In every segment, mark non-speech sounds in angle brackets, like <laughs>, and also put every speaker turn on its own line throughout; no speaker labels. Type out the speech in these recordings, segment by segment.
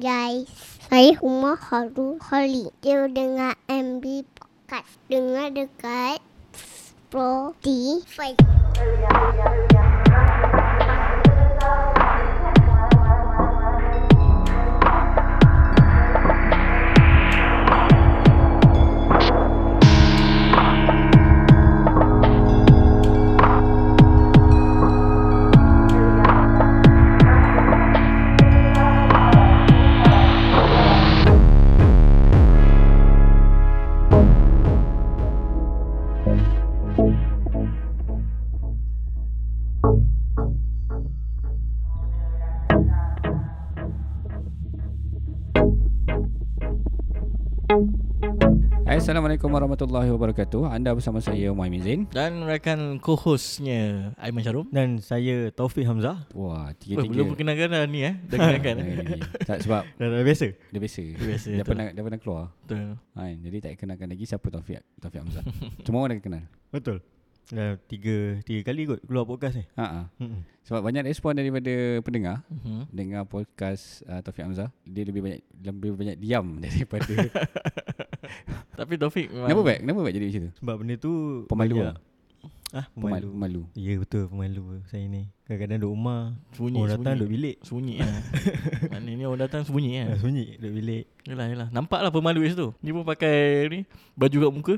guys. Saya Huma Haru Holly. Dia dengar MB Podcast. Dengar dekat Spotify.
Assalamualaikum warahmatullahi wabarakatuh. Anda bersama saya Muhammad Zain.
Dan rakan co-hostnya Aiman Syarum
Dan saya Taufik Hamzah
Wah,
Wah,
tiga-tiga.
Belum perkenalkan dah ni eh Dah <laughs> kenalkan
Nah,
eh.
ini. tak sebab
Dah, dah biasa
dia biasa. Dia,
biasa,
dah
betul.
pernah dah pernah keluar.
Betul
Kan, jadi tak kenalkan lagi siapa Taufik Taufik
<laughs>
Hamzah. Cuma orang dah kenal.
Betul Dah tiga, tiga kali kot keluar podcast ni
Ha ah.
Mm-mm.
Sebab banyak respon daripada pendengar
Mhm.
dengar podcast uh, Taufik Hamzah, dia lebih banyak lebih banyak diam <laughs> daripada
Tapi Taufik memang
Kenapa baik? Kenapa baik jadi macam tu?
Sebab benda tu
Pemalu
banyak-
lah.
ah.
Ah,
Pemalu.
pemalu
Pemalu.
Ya betul pemalu saya ni Kadang-kadang duduk rumah
Sunyi,
Orang datang
sunyi.
duduk bilik
Sunyi <laughs> eh. Maknanya orang datang sembunyi eh.
yeah. Sunyi duduk bilik
Yelah yelah Nampak lah pemalu kat situ Dia pun pakai ni Baju kat muka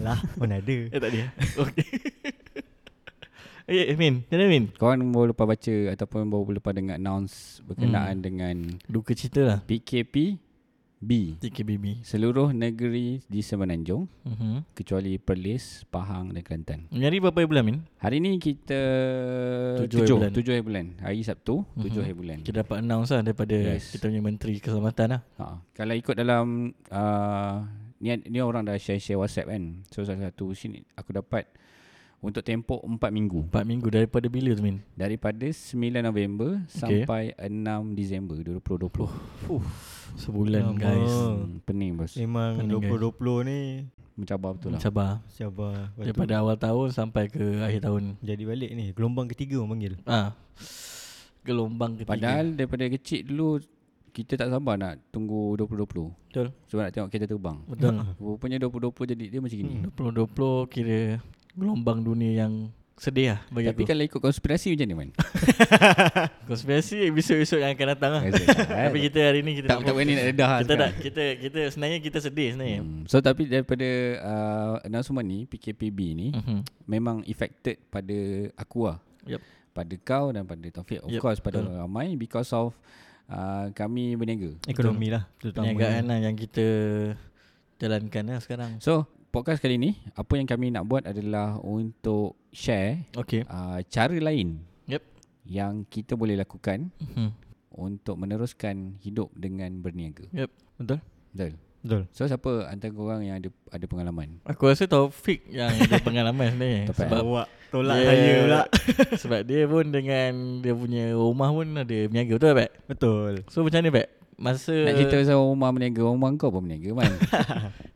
Alah <laughs> mana lah, ada
Eh tak <laughs> dia Okay Eh Min Macam mana Min?
Korang baru lepas baca ataupun baru lepas dengar announce berkenaan hmm. dengan
Duka cerita lah
PKP B
TKBB
seluruh negeri di Semenanjung
uh-huh.
kecuali Perlis, Pahang dan Kelantan.
Nyari berapa bulan Min?
Hari ni kita
Tujuh
tujuh,
bulan. Mhm.
tujuh hari bulan. Hari Sabtu, tujuh hari bulan.
Kita dapat announce lah Daripada
Yes.
yes. kita punya Menteri Keselamatan lah
Ha, kalau ikut dalam uh, ni ni orang dah share-share WhatsApp kan. So salah satu sini aku dapat untuk tempoh 4 minggu
4 minggu daripada bila tu Min?
daripada 9 November
Okay.
sampai 6 Disember 2020. Oh.
Sebulan
Lama.
guys
Hmm, pening bos.
Eh.
Memang
Pening, guys.
2020 ni
Mencabar betul lah.
Sabar
Sabar Lepas tu
Daripada awal tahun sampai ke akhir tahun.
Jadi balik ni Gelombang ketiga orang panggil
Ah. Gelombang ketiga.
Padahal daripada kecil dulu kita tak sabar nak tunggu 2020.
betul.
Sebab nak tengok kereta terbang.
Betul.
Ha,
Rupanya 2020 jadi dia macam gini.
2020 kira gelombang dunia yang sedih lah
Tapi kan-
bagi Tapi aku.
kalau ikut konspirasi macam ni man?
Konspirasi esok-esok yang akan datang lah. <laughs> Tapi
Tapi
kita hari ni kita
Eh, tak tak boleh nak redah
kita tak kita kita sebenarnya kita sedih sebenarnya.
Hmm. So tapi daripada uh, announcement ni PKPB ni
Mhm. Mhm.
memang affected pada aku lah.
Yup.
Pada kau dan pada Taufik of
Yup,
course pada
betul.
orang ramai because of uh, kami berniaga.
Ekonomi lah Terutama
Perniagaan lah yang kita jalankan lah sekarang.
So podcast kali ni apa yang kami nak buat adalah untuk share
Okey.
uh, cara lain
Yup.
yang kita boleh lakukan
Mhm.
untuk meneruskan hidup dengan berniaga.
Yup. Betul.
Betul.
Betul
So siapa antara korang yang ada ada pengalaman?
Aku rasa Taufik yang
<laughs>
ada pengalaman sebenarnya.
Taufik.
Sebab
Awak tolak
Yeah.
saya pula
<laughs> Sebab dia pun dengan dia punya rumah pun ada berniaga betul tak Pak?
Betul
So macam mana Pak? Masa
Nak cerita pasal rumah berniaga, rumah kau pun berniaga
<laughs>
man.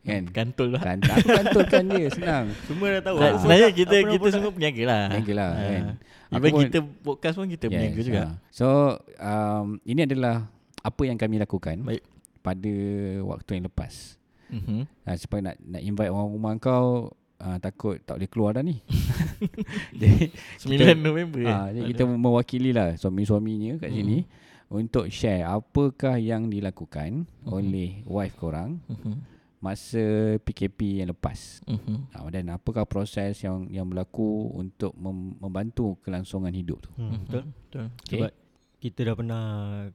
kan?
kantul lah.
Kan, aku kantulkan dia senang.
Semua dah tahu
Nah,
Aku
sebenarnya
tak-
kita
tak pernah
kita semua peniaga lah.
Berniaga lah
Ah.
kan.
Even kita podcast pun kita berniaga juga.
ah. So um, ini adalah apa yang kami lakukan
Baik.
pada waktu yang lepas.
Mhm.
Ha, supaya nak nak invite orang rumah kau uh, takut tak boleh keluar dah
<laughs>
ni. jadi
9 November. eh?
ha, jadi kita mewakili lah suami-suaminya kat
Hmm. Hmm.
sini untuk share apakah yang dilakukan oleh wife korang
Mhm.
masa PKP yang lepas.
Mhm.
Ha, dan apakah proses yang yang berlaku untuk mem- membantu kelangsungan hidup tu?
Hmm, Betul
Betul.
Okay.
Sebab kita dah pernah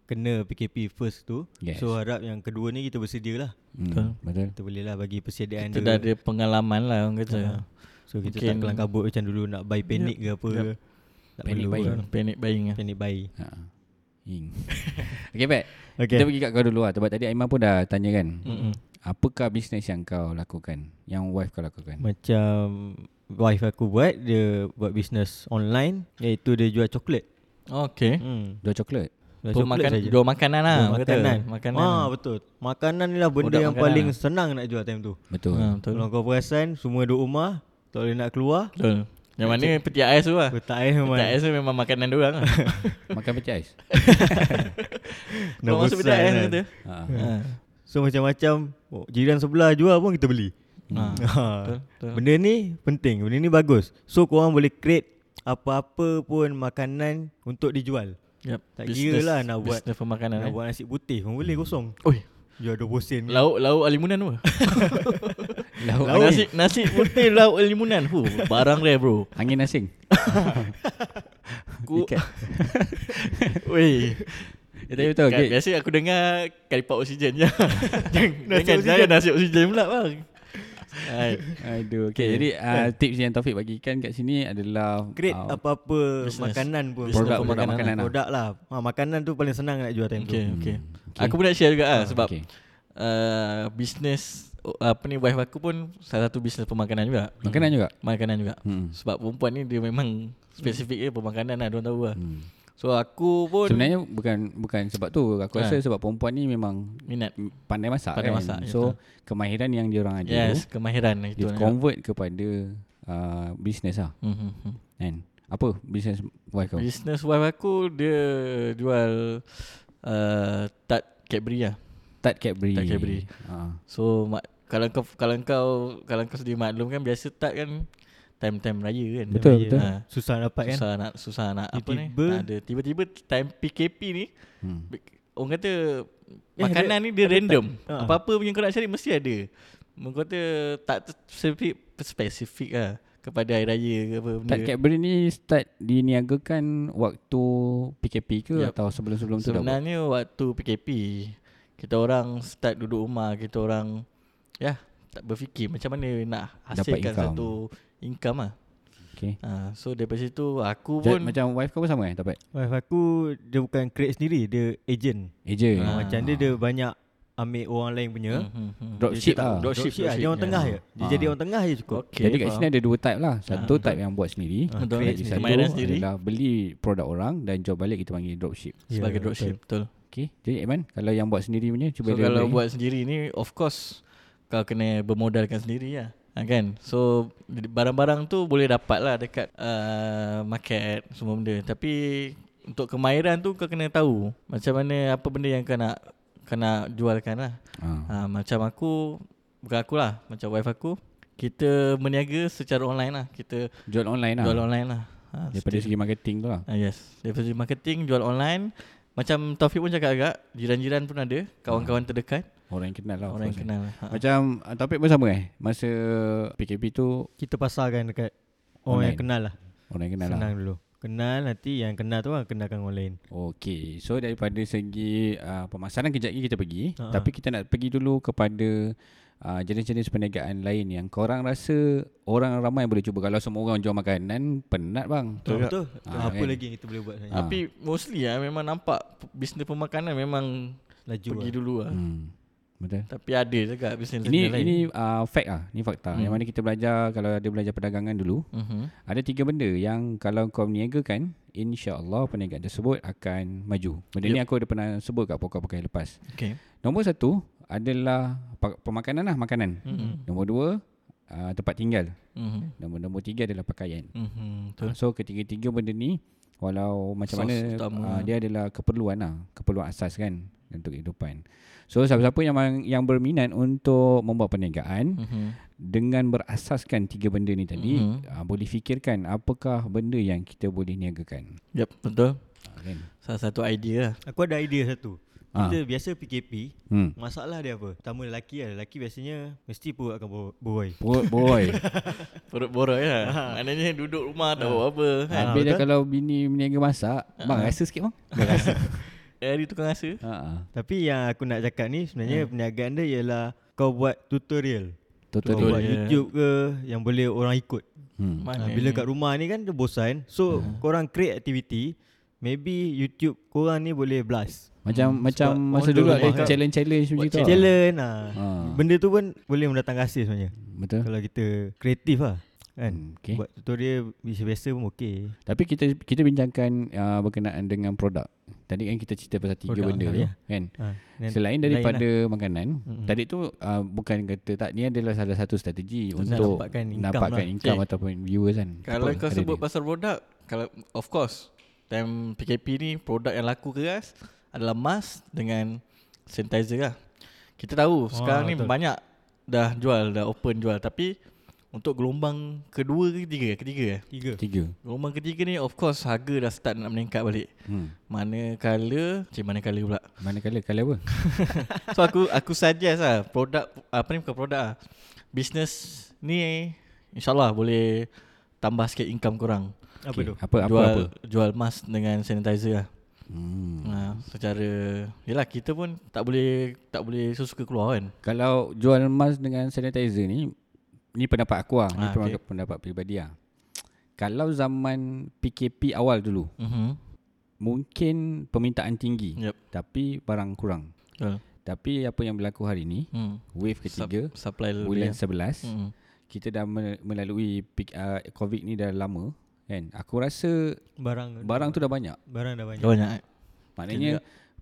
kena PKP first tu
Yes.
yes. So harap yang kedua ni kita bersedia lah
Hmm, betul.
Kita boleh lah bagi persediaan
Kita
dia
dah ada pengalaman lah orang kata.
Ha. So kita
Mungkin-
tak kelang kabut macam dulu nak buy panic yep. ke apa
Yup.
yep. Tak
Panic
panic perlu
buying.
buat.
Panic buying lah.
Panic buy
Ha. Ing. okay, Pat.
Okay
Kita pergi kat kau dulu lah. Sebab tadi Aiman pun dah tanya kan.
Hmm.
Mhm.
Apakah bisnes yang kau lakukan? Yang wife kau lakukan?
Macam wife aku buat Dia buat bisnes online Iaitu dia jual coklat
Okay.
hmm.
Jual coklat?
Jual
Jual Eh? makan, jual makanan lah.
Jual
orang kata.
makanan
Makanan.
ah, Betul Makanan ni lah benda
Produk
yang
makanan
paling
lah.
senang nak jual time tu
Betul.
Ha,
Ha.
betul. <laughs>
Kalau kau perasan Semua duduk rumah Tak boleh nak keluar eh,
Betul. Yang mana peti ais tu lah
Kotak air memang
Peti ais tu memang makanan dia orang lah
Makan pecah ais
Kau masuk peti
kan?
ais eh, kata
ha.
Ha.
So macam-macam oh, Jiran sebelah jual pun kita beli <laughs>
Ha.
ha.
betul.
Benda ni penting Benda ni bagus So korang boleh create Apa-apa pun makanan Untuk dijual
Yep.
Tak kira lah nak buat-
Bisnes pemakanan eh.
Nak buat nasi putih Korang boleh kosong
Oi, Lah.
Jual 20 sen
lauk lauk alimunan apa?
Lauk
<laughs> Lauk.
nasi nasi putih lauk alimunan. Hu, barang rare bro.
Angin asing
Aku
Ikat.
Weh.
Ya tapi betul
Kan,
okay.
biasa aku dengar kalipap oksigen
<laughs>
je. Jangan
Nasi
jangan
oksigen.
saya nasi oksigen pula bang. Hai.
Aduh okay, Jadi uh, tips yang Taufik bagikan kat sini adalah
Create
ah,
apa-apa
business.
Makanan pun
Business
Produk, produk
pemakanan
makanan lah.
Produk lah ha, Makanan tu paling senang nak jual
Okay,
time tu
okay.
hmm, okay.
Aku pun nak share juga
Ah,
lah sebab
okay.
uh, bisnes oh, apa ni wife aku pun salah satu bisnes pemakanan juga.
Makanan juga
Makanan juga.
hmm.
Sebab perempuan ni dia
Hmm.
memang spesifik dia pemakanan lah, dia tahu lah.
Hmm.
So aku pun
Sebenarnya bukan bukan sebab tu Aku rasa sebab perempuan ni memang
minat
pandai masak
Pandai
kan
masak, ya
So kemahiran yang dia orang ada
Yes, ya. kemahiran lah
Dia
itu.
convert kepada uh, Business lah
Mm-hmm.
kan Apa business wife kau?
Business wife aku dia jual uh, tart Cadbury lah.
Tart Cadbury
Tart Cadbury.
Ah.
So mak, kalau kau kalau kau kalau kau sendiri maklum kan biasa tart kan time-time raya kan.
Betul,
Time raya.
betul.
Susah dapat kan
susah nak susah nak apa ni?
Tiba-tiba-
Tak ada tiba-tiba time PKP ni
Hmm.
orang kata makanan ni Eh, dia ah. random.
Ha.
Apa-apa punya kau nak cari mesti ada. Orang kata tak ter- spesifik spesifik lah kepada hari raya ke apa benda.
Tart Cadbury ni start diniagakan waktu PKP ke
Yup.
atau sebelum-sebelum tu dah buat?
Sebenarnya waktu PKP Kita orang start duduk rumah Kita orang Ya Tak berfikir macam mana nak Hasilkan
income.
satu Income lah
Okay.
ha, So daripada situ Aku
Jad,
pun
macam wife kau pun sama eh dapat?
Wife aku Dia bukan create sendiri Dia agent
Eja.
Ah,
Ah.
ha. Macam dia dia banyak Ambil orang lain punya
hmm, hmm, hmm.
Dropship
Dia tak-
lah.
Dropship, dropship lah Dia orang
ya.
tengah je Dia
Ah.
jadi orang tengah je cukup
Okay,
Jadi kat sini ada dua type lah. Satu
Ah, betul.
type yang buat sendiri.
Betul.
Lagi satu
Kemahiran sendiri.
adalah beli produk orang dan jual balik kita panggil dropship.
Ya,
Sebagai dropship Betul
Okay. Jadi Aiman, kalau yang buat sendiri punya
So
cuba dia
kalau
beli.
buat sendiri ni Of course Kau kena bermodalkan sendiri lah ha, kan So Barang-barang tu boleh dapat lah Dekat uh, Market Semua benda Tapi Untuk kemahiran tu Kau kena tahu Macam mana Apa benda yang kau nak Kau nak jualkan lah
Ah.
ha, Macam aku Bukan aku lah Macam wife aku Kita meniaga secara online lah Kita
Jual online
nah.
lah.
jual online lah ha,
Daripada segi marketing tu lah.
Ah yes, daripada segi marketing jual online macam Taufik pun cakap agak jiran-jiran pun ada, kawan-kawan terdekat,
Orang yang kenal lah. of
orang yang
course.
kenal. Ha.
Macam ah, topik pun sama eh. Masa PKP tu
Kita pasarkan dekat Orang
Online.
yang kenal lah
orang yang kenal lah.
Senang dulu Kenal nanti yang kenal tu lah Kenalkan orang lain
Okey, so daripada segi uh, pemasaran kejap lagi kita pergi,
Ha,
Ah.
uh-huh. tapi kita nak pergi dulu kepada uh, jenis-jenis perniagaan lain yang korang rasa orang ramai boleh cuba. Kalau semua orang jual makanan, penat bang.
Betul, betul.
Ah,
Apa
kan?
lagi yang kita boleh buat sebenarnya?
Ah.
Tapi mostly ah memang nampak p- bisnes pemakanan memang
Laju
pergi
lah.
dulu ah.
Hmm. Betul.
Tapi ada juga bisnes
Ini
lain.
ini uh, fact ah, ni fakta.
Hmm.
Yang mana kita belajar kalau ada belajar perdagangan dulu,
Mhm.
ada tiga benda yang kalau kau meniagakan, insya-Allah perniagaan tersebut akan maju. Benda ni aku ada pernah sebut kat pokok-pokok yang lepas.
Okey.
Nombor satu adalah pa- pemakanan lah, makanan.
Mhm.
Nombor dua uh, tempat tinggal.
Mhm.
Nombor nombor tiga adalah pakaian.
Mhm.
Uh,
Betul.
so ketiga-tiga benda ni walau macam
Sos
mana
utama.
uh, dia adalah keperluan lah, keperluan asas kan untuk kehidupan. So siapa-siapa yang mang- yang berminat untuk membuat perniagaan
Mhm.
dengan berasaskan tiga benda ni tadi
Mhm.
uh, boleh fikirkan apakah benda yang kita boleh niagakan.
Yep, betul.
Uh, kan?
Salah satu idea lah.
Aku ada idea satu.
Ah.
Kita biasa PKP,
Hmm.
masalah dia apa? Pertama lelaki lah. Lelaki biasanya mesti perut akan ber- berbuai.
Boy, boy. <laughs>
Perut boroi lah. Maknanya duduk rumah tak buat apa kan.
Ah,
Habis dah kalau bini meniaga masak, bang rasa sikit bang. Dah rasa.
Hari tu kau rasa?
Ha ah.
Tapi yang aku nak cakap ni sebenarnya perniagaan dia ialah kau buat tutorial. Kau
Total.
Betul.
buat
Tutorial.
YouTube ke yang boleh orang ikut.
Hmm.
Ha,
Mana
bila
ni?
kat rumah ni kan dia bosan. So korang create activity, maybe YouTube korang ni boleh blast.
Macam macam
sebab
masa
orang
dulu
dulu
ada
cakap-
challenge-challenge macam tu. lah.
Challenge lah.
Ah. Ya.
Benda tu pun boleh mendatang kasih sebenarnya.
Betul.
Kalau kita kreatif lah. kan.
Okay.
Buat tutorial biasa-biasa pun okey.
Tapi kita kita bincangkan uh, berkenaan dengan produk. Tadi kan kita cerita pasal tiga
Produk,
benda
ah,
tu,
ya.
kan.
Ha, dan
Selain
lain
daripada
lah.
makanan,
Mm-mm.
tadi tu uh, bukan kata tak ni adalah salah satu strategi
Untuk
untuk
nampakkan income
nampakkan
lah.
income
Okay.
ataupun viewers kan.
Kalau
Apa
kau
ada
sebut
dia?
pasal produk kalau Of course Time PKP ni Produk yang laku keras Adalah mask Dengan Sanitizer lah Kita
Ah,
tahu Sekarang ni
betul.
banyak Dah jual Dah open jual Tapi Untuk gelombang Kedua ke ketiga Ketiga eh
tiga.
tiga.
Gelombang ketiga ni Of course harga dah start Nak meningkat balik
Hmm.
Manakala Cik manakala pula
Manakala kalau apa?
So aku aku suggest lah produk apa ni bukan produk lah. Business ni insyaallah boleh tambah sikit income korang.
Apa
Okey,
tu?
Apa apa
jual
apa?
jual mask dengan sanitizer lah.
Hmm.
Hmm. Ha, secara yalah kita pun tak boleh tak boleh suka keluar kan.
Kalau jual mask dengan sanitizer ni Ni pendapat aku lah Ni
Ah,
pendapat, pendapat peribadi lah Kalau zaman PKP awal dulu
Mhm.
Mungkin permintaan tinggi
Yep.
Tapi barang kurang
Betul.
Tapi apa yang berlaku hari ni
Hmm.
Wave ketiga
Sup, supply
Bulan
lebih. lah.
11
Mhm.
Kita dah me- melalui pik- uh, COVID ni dah lama kan Aku rasa
Barang
barang tu dah banyak
barang dah banyak.
Dah banyak. eh?
Maknanya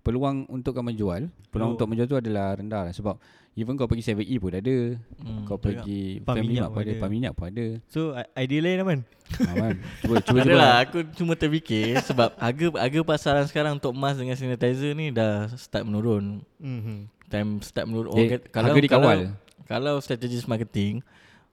peluang untuk kau menjual Peluang
Peluang.
untuk menjual tu adalah rendah lah Sebab even kau pergi 7E pun dah ada
Hmm,
Kau
betul
pergi
Pam
Family
minyak
Mart pun
pun
ada
ada.
Pam minyak pun ada
So i- idea lain aman.
ha, kan? Cuba cuba Eh,
Tak
cuba
adalah aku cuma terfikir <laughs> sebab harga harga pasaran sekarang untuk mask dengan sanitizer ni dah start menurun.
Mhm.
Time start menurun
Jadi,
orang kata-
Eh, harga dikawal.
Kalau, kalau strategis marketing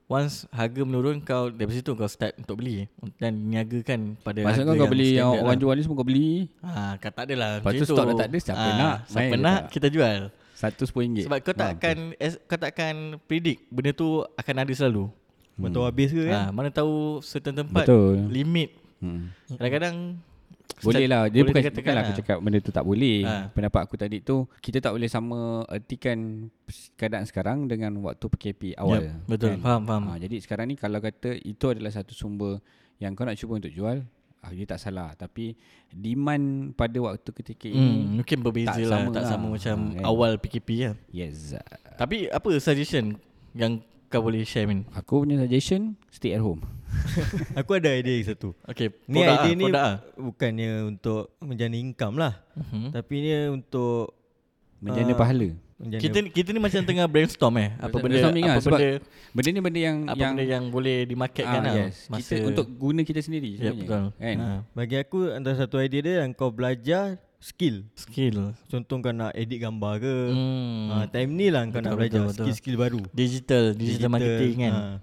Once harga menurun kau Dari situ kau start untuk beli Dan niagakan pada
Maksud
harga
kau kau
yang
beli yang
standard
orang
lah.
jual ni semua kau beli
Ha, kau tak adalah Ah,
Lepas tu stok dah tak ada, siapa nak
Siapa
main
nak
tak?
kita jual
RM110
Sebab kau takkan es- Kau takkan predict Benda tu akan ada selalu
Hmm. Betul habis ke kan?
Ah.
ha, Mana tahu certain tempat
Betul
Limit
hmm.
Kadang-kadang
Boleh lah Dia
boleh
bukan
dikatakan
Bukanlah aku
lah.
cakap Benda tu tak boleh
Ha.
Pendapat aku tadi tu Kita tak boleh sama Ertikan Keadaan sekarang Dengan waktu PKP awal
Yep, Ya, betul. Faham, faham.
ha, Jadi sekarang ni Kalau kata Itu adalah satu sumber Yang kau nak cuba untuk jual ah, Dia tak salah Tapi Demand pada waktu ketika
hmm,
ini
Mungkin berbeza
Tak
lah
sama
Tak
lah.
sama macam
Ha, kan?
Awal PKP lah
Yes
Tapi apa suggestion Yang kau boleh share Min
Aku punya suggestion Stay at home
Aku ada idea satu.
Okay produk
Ni idea
lah,
ni
produk lah.
bukannya untuk menjana income lah.
Hmm?
Mhm.
Tapi ni untuk
Menjana
Ah.
pahala
menjana
Kita kita ni macam tengah brainstorm eh apa benda apa
Brainstorming lah,
benda
sebab Benda ni benda yang
apa
yang,
benda yang boleh dimarketkan
Ah,
lah
yes. kita untuk guna kita sendiri
ya,
sebenarnya
betul.
kan
Ha.
Bagi aku antara satu idea dia yang kau belajar skill.
Skill.
Contoh kau nak edit gambar ke. Hmm.
Hmm.
Ha, time ni lah kau
Betul,
nak
betul,
belajar
betul.
skill-skill baru.
digital, digital marketing kan.
ha.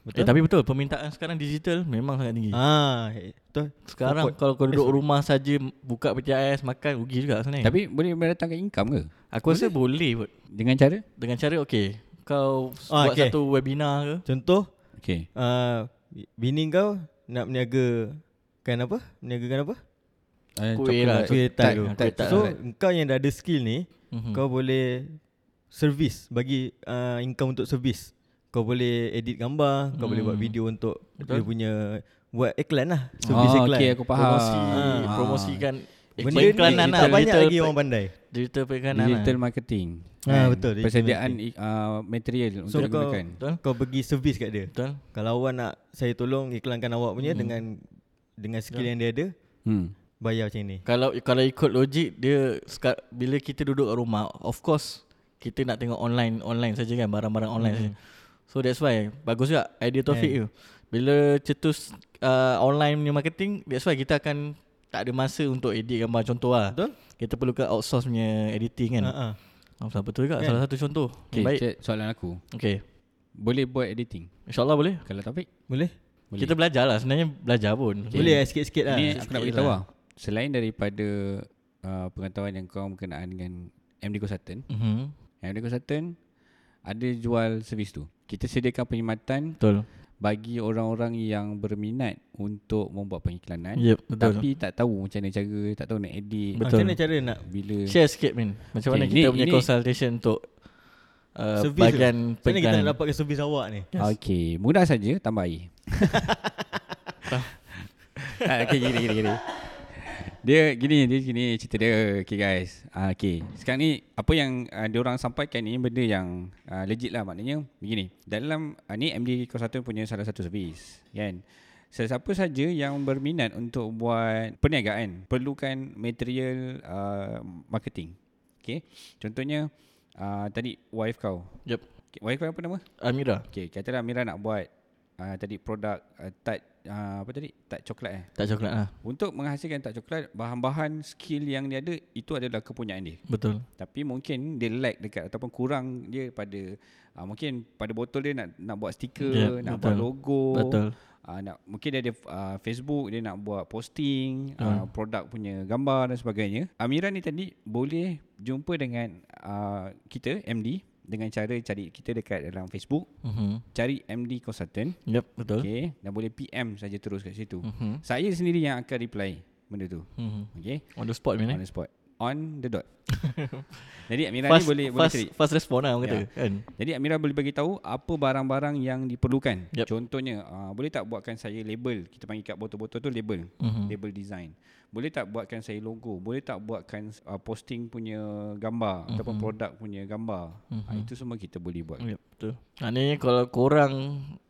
Betul? Eh, tapi betul permintaan sekarang digital memang sangat tinggi.
Ah, eh, betul.
Sekarang
Support.
kalau kau duduk rumah saja buka PTIS makan rugi juga sebenarnya.
Tapi boleh mendatangkan income ke
aku rasa boleh kot.
Dengan cara
Dengan cara okey kau
Ah,
buat
okay.
satu webinar ke.
Contoh
Okay
uh, bini kau nak meniaga kan apa? Meniagakan apa?
Kuih lah.
Kuih tart tu.
kuih tart.
So kau yang dah ada skill ni,
Mhm.
hmm. kau boleh servis bagi uh, income untuk servis. Kau boleh edit gambar, kau boleh buat
Hmm.
video untuk
Betul.
Betul? dia punya buat iklan lah, servis
Oh,
iklan.
okay, aku faham.
promosi
Ah.
promosikan
Benda
iklan
ni
iklanan
tak
lah
banyak
digital
lagi orang pandai.
digital periklanan lah.
Digital marketing.
Ah,
Kan?
betul, digital
Persediaan i- uh, material
So
untuk
kau
digunakan.
Betul?
kau pergi servis kat dia.
Betul?
Kalau awak nak saya tolong iklankan awak punya hmm. dengan dengan skill yang dia ada,
Hmm.
bayar macam ni.
Kalau kalau ikut logik dia seka- bila kita duduk kat rumah, of course kita nak tengok online online saja kan barang-barang online
Hmm.
saja. So that's why bagus juga idea Taufik tu. Bila cetus uh, online punya marketing, that's why kita akan tak ada masa untuk edit gambar contoh lah.
Betul?
Kita perlukan outsource punya editing kan.
Ha
Uh-huh.
ah.
Oh, betul juga.
Kan?
Salah satu contoh.
Okay,
Okay, baik.
cik, soalan aku.
Okay.
Boleh buat editing
InsyaAllah boleh.
kalau Taufik?
Boleh?
Boleh.
Kita belajar lah. Sebenarnya belajar pun.
Okay.
Boleh eh, sikit-sikit lah.
Ini aku nak
sikit
beritahu
lah.
lah. Selain daripada uh, pengetahuan yang kau berkenaan dengan MD Consultant,
Mm-hmm.
MD Consultant ada jual servis tu. Kita sediakan perkhidmatan
Betul.
bagi orang-orang yang berminat untuk membuat
Kan?
pengiklanan
Yep, Ya, betul.
tapi tak tahu macam mana cara, tak tahu nak edit,
Betul.
Macam mana cara nak
bila
Share sikit Min Macam
Okay,
mana
ini-
kita punya
ini- lah.
consultation untuk uh,
servis
Bahagian
tu? Macam mana kita
periklanan
nak dapatkan servis awak ni?
Yes. Okey, mudah saja tambah air. Ah, Okey, gini gini gini. Dia gini, dia gini cerita dia. Okay guys. Uh, okay. Sekarang ni apa yang uh, diorang sampaikan ni benda yang uh, legit lah maknanya begini. Dalam uh, ni MD Konsultan punya salah satu servis kan. Sesiapa saja yang berminat untuk buat perniagaan perlukan material uh, marketing. Okay. Contohnya uh, tadi wife kau.
Yep.
Okay, wife kau apa nama?
Amira.
Okay, katalah Mira nak buat uh, tadi produk uh, tart uh, apa tadi? Tart coklat eh.
Tak coklat lah.
Untuk menghasilkan tart coklat, bahan-bahan skill yang dia ada itu adalah kepunyaan dia.
Betul.
Tapi mungkin dia lack dekat ataupun kurang dia pada uh, mungkin pada botol dia nak nak buat stiker,
Ya,
yeah, nak
betul.
buat logo.
Betul.
Uh, nak mungkin dia ada uh, Facebook dia nak buat posting
Ya.
uh, produk punya gambar dan sebagainya. Amira ni tadi boleh jumpa dengan uh, kita MD dengan cara cari kita dekat dalam Facebook
Mhm.
cari MD consultant
Yep, betul. Okay.
okey dan boleh PM saja terus kat situ
Mhm.
saya sendiri yang akan reply benda tu
Mhm.
okey
On the spot
on
man.
the
Eh?
spot on the
<laughs>
dot jadi Amira
Fast,
ni boleh boleh
fast,
cari Ya.
fast respon lah orang kata. Kan?
jadi Amira boleh bagi tahu apa barang-barang yang diperlukan
Yup.
contohnya uh, boleh tak buatkan saya label kita panggil kat botol-botol tu label
Mhm.
label design boleh tak buatkan saya logo boleh tak buatkan uh, posting punya gambar
Mhm.
ataupun produk punya gambar uh, itu semua kita boleh buat
Yep, betul. Ha, ni kalau korang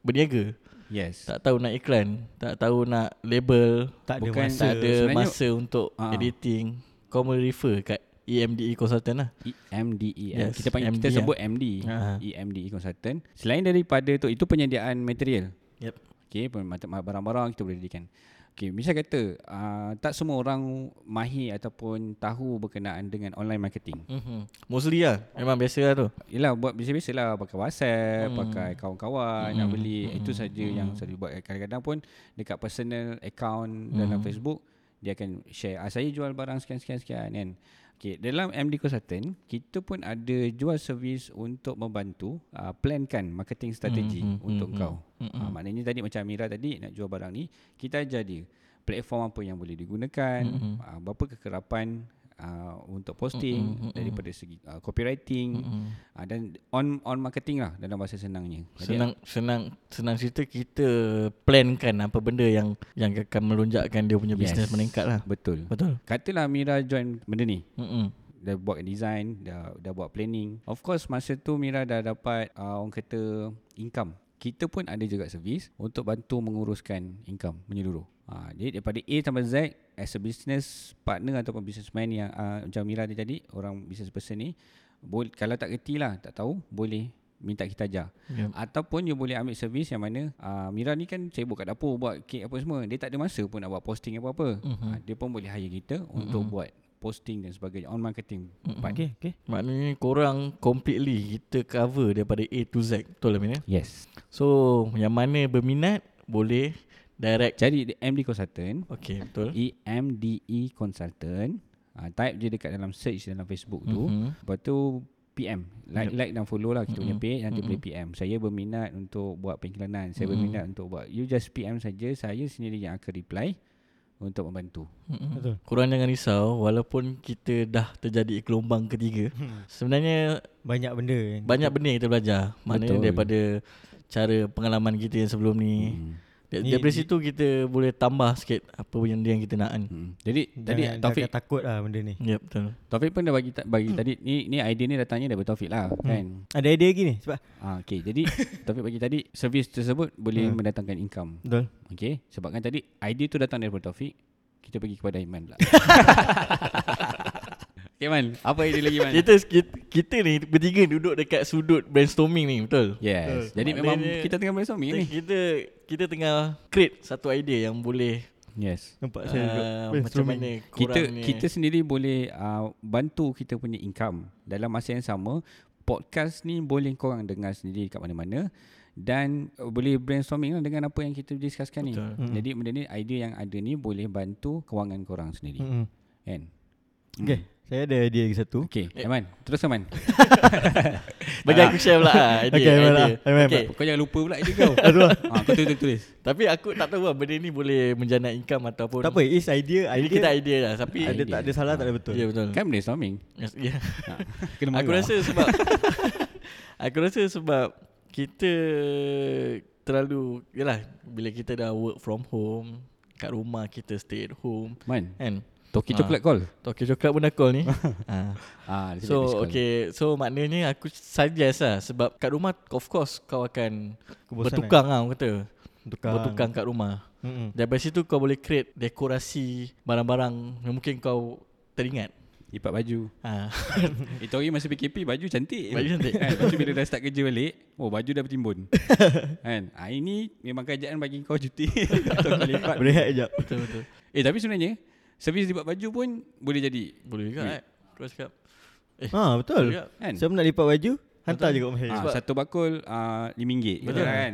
berniaga,
yes
tak tahu nak iklan, tak tahu nak label,
Tak ada
Bukan
masa.
tak ada
Sebenarnya-
masa untuk
Ah.
editing, kau boleh refer kat E EMDE Consultant lah.
E- MDE
Yes,
yes, kita panggil kita
MD,
sebut E MD
Ah.
EMDE consultant selain daripada tu itu penyediaan material
Yep.
okey pem- mat- barang-barang kita boleh jadikan okey misal kata uh, tak semua orang mahir ataupun tahu berkenaan dengan online marketing
Mm-hmm. Mostly lah. Memang biasa lah tu.
Yelah buat biasa-biasa lah Pakai WhatsApp Pakai kawan-kawan Nak beli Itu saja yang saya buat Kadang-kadang pun Dekat personal account Dalam Facebook Dia akan share ah, Saya jual barang sekian-sekian-sekian kan Okay, dalam MD Consultant kita pun ada jual servis untuk membantu uh, plankan marketing strategi
Mm, mm,
untuk
mm,
kau.
mm,
Ah, maknanya tadi macam Amira tadi nak jual barang ni, kita ajar dia platform apa yang boleh digunakan, ah, berapa kekerapan ah, untuk posting daripada segi ah, copywriting,
Mm-hmm.
Ah, dan on on marketing lah dalam bahasa senangnya. Jadi,
Senang senang senang cerita kita plankan apa benda yang yang akan melonjakkan dia punya
Yes.
bisnes meningkat lah.
Betul.
Betul.
Katalah Mira join benda ni.
Mm-mm.
Dah buat design, dah dah buat planning. Of course masa tu Mira dah dapat uh, orang kata income. Kita pun ada juga servis untuk bantu menguruskan income menyeluruh. Ha, jadi daripada A sampai Z as a business partner ataupun businessman yang uh, macam Mira dia tadi, orang business person ni, boleh, kalau tak kerti lah, tak tahu, boleh minta kita ajar.
Yep.
Ataupun you boleh ambil servis yang mana uh, Mira ni kan sibuk kat dapur buat kek apa semua. Dia tak ada masa pun nak buat posting apa-apa. Mm-hmm. Uh, dia pun boleh hire kita untuk mm-hmm. buat posting dan sebagainya on marketing. Mm-hmm. Part.
Okay, okay.
Maknanya korang completely kita cover daripada A to Z. Betul lah Min eh?
Yes.
So yang mana berminat boleh direct.
Cari MD Consultant, E
Okay betul.
EMDE Consultant. Uh, type je dekat dalam search dalam Facebook tu. Mm-hmm. Lepas tu PM Like like dan follow lah Kita punya page Nanti boleh PM Saya berminat untuk Buat pengikhlanan Saya berminat untuk buat You just PM saja Saya sendiri yang akan reply Untuk membantu
Betul.
Mm-hmm. Korang jangan risau walaupun kita dah terjadi gelombang ketiga. Sebenarnya
Banyak benda kan.
banyak benda yang kita belajar. Maknanya
Betul.
daripada cara pengalaman kita yang sebelum ni.
Mm.
Hmm.
Ni-
Daripada
ni-
situ kita boleh tambah sikit apa yang dia yang kita nak kan.
hmm. Jadi
Jangan,
tadi Taufik
jangan takut lah benda ni.
Ya betul.
Taufik pun dah bagi ta- bagi tadi ni ni idea ni datangnya daripada Taufik lah hmm. kan.
Ada idea lagi ni sebab
Ah okey. <laughs> Jadi Taufik bagi tadi servis tersebut boleh hmm. mendatangkan income.
betul.
Okey. Sebabkan tadi idea tu datang daripada Taufik. Kita pergi kepada Iman <laughs> pula. okay Man, apa idea lagi Man?
Kita, kita kita ni bertiga duduk dekat sudut brainstorming ni betul.
Yes. Jadi
Maknanya-
memang kita tengah brainstorming ni.
Kita kita tengah create satu idea yang boleh
Yes.
Nampak saya
uh,
duduk
macam
brainstorming.
mana korang
Kita
ni
kita sendiri boleh uh, bantu kita punya income dalam masa yang sama podcast ni boleh korang dengar sendiri kat mana-mana dan uh, boleh brainstorming lah dengan apa yang kita discusskan ni.
Betul.
Hmm. Jadi benda ni idea yang ada ni boleh bantu kewangan korang sendiri. Hmm.
Mm-mm.
Kan?
Okay,
Hmm.
saya ada idea lagi satu.
Okey, Aiman, terus Aiman.
Bagi aku share pula ah, idea,
Okay, Aiman lah.
idea.
Aiman,
okay.
Eh, Kau jangan lupa pula idea <laughs> kau.
<laughs>
ha, kau tulis tulis.
Tapi aku tak tahu lah Benda ni boleh menjana income Ataupun
Tak apa, is idea,
Ini
idea.
kita idea lah Tapi
Ada tak ada salah, tak ada betul.
Ya betul
Kan brainstorming.
Yes, ya.
Kena lah.
Aku rasa sebab <laughs> Aku rasa sebab Kita Terlalu Yalah Bila kita dah work from home Kat rumah kita stay at home
Man,
Kan
Toki
Ah.
coklat call.
Tokyo Coklat pun dah call
<laughs>
ni ha.
Ah, dia cakap dia
So
call.
okay So maknanya aku suggest lah Sebab kat rumah Of course kau akan
Kebosanan.
Bertukang lah orang kata
kan? Bertukang.
Bertukang kat rumah
kan? Mm-mm.
Dari situ kau boleh create Dekorasi Barang-barang Yang mungkin kau Teringat
Lipat <laughs> baju.
<laughs>
ha.
Itu hari masa PKP baju cantik.
Baju cantik.
kan? Lepas tu bila dah start kerja balik, oh baju dah bertimbun. kan? Ah ini memang kerajaan bagi kau cuti <laughs> atau kau lepak.
Berehat sekejap
Betul-betul
Eh tapi sebenarnya servis lipat baju pun boleh jadi.
Boleh juga
Wait.
eh Terus cakap Eh
Ha betul
Sekejap.
Kan?
Siapa nak lipat baju Hantar je kat masjid
Ah,
sebab-
satu bakul ah, RM5
Betul.
Betul lah kan?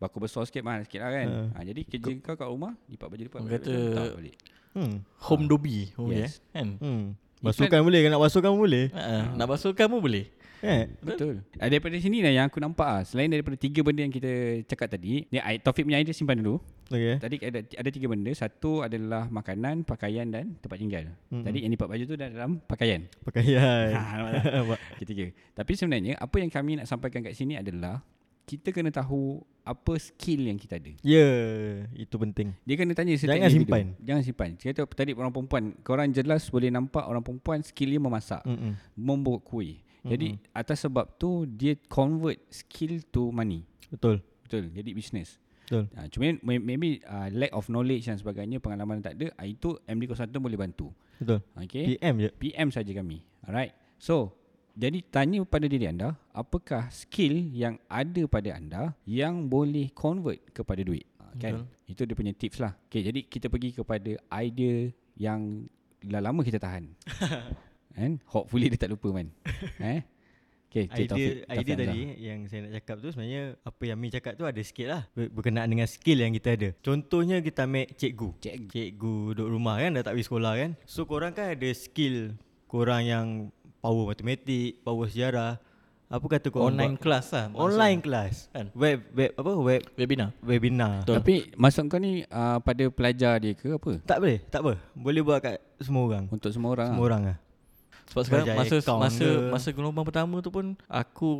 Bakul besar sikit mahal sikit lah kan?
Ha.
Ah, jadi kerja kau kat rumah, lipat baju lipat
Orang
baju,
kata-
hantar balik.
hmm.
Home Dobby Home
Yes.
yes. eh, Kan
hmm. Basuhkan boleh Nak basuhkan boleh
Ha, Nak basuhkan pun boleh
Eh
Betul. Ah, daripada sini lah yang aku nampak ah, selain daripada tiga benda yang kita cakap tadi, ni I- Taufik punya idea simpan dulu.
Okay
Tadi ada ada tiga benda. Satu adalah makanan, pakaian dan tempat tinggal. Mm-hmm. Tadi yang lipat baju tu dah dalam pakaian.
<laughs>
Ha.
Pakaian
Ha, <laughs> Ketiga. Tapi sebenarnya apa yang kami nak sampaikan kat sini adalah kita kena tahu apa skill yang kita ada.
Ya Itu penting
Dia kena tanya setiap
Jangan
individu.
simpan.
Jangan simpan. Saya kata tadi orang perempuan, korang jelas boleh nampak orang perempuan skill dia memasak,
Mm-mm.
membuat kuih. Jadi atas sebab tu dia convert skill to money.
Betul
Betul. Jadi business.
Betul
Ha, cuma may- maybe uh, lack of knowledge dan sebagainya Pengalaman tak ada ah, Itu MD01 boleh bantu
Betul
Okay
PM je
PM saja kami Alright So Jadi tanya pada diri anda Apakah skill yang ada pada anda Yang boleh convert kepada duit Ah, Kan Itu dia punya tips lah Okay jadi kita pergi kepada idea Yang dah lama kita
<laughs>
tahan Kan Hopefully dia tak lupa man Eh Okay Cik
Idea,
Taufik, Taufik
idea
Hamzah.
tadi yang saya nak cakap tu sebenarnya apa yang Mi cakap tu ada sikit lah ber- berkenaan dengan skill yang kita ada. Contohnya kita ambil cikgu.
Cikgu.
Cikgu duduk rumah kan dah tak pergi sekolah kan. So korang kan ada skill korang yang power matematik, power sejarah. Apa kata korang
Online
buat?
class lah
Online kelas.
Kan?
Web web apa web
Webinar
webinar.
Betul.
Tapi masuk kau ni uh, Pada pelajar dia ke apa
Tak boleh, tak apa. Boleh buat kat semua orang.
Untuk semua orang
Semua
ah?
orang lah.
Sebab sekarang
Bajai
masa
account
masa
ke.
masa gelombang pertama tu pun aku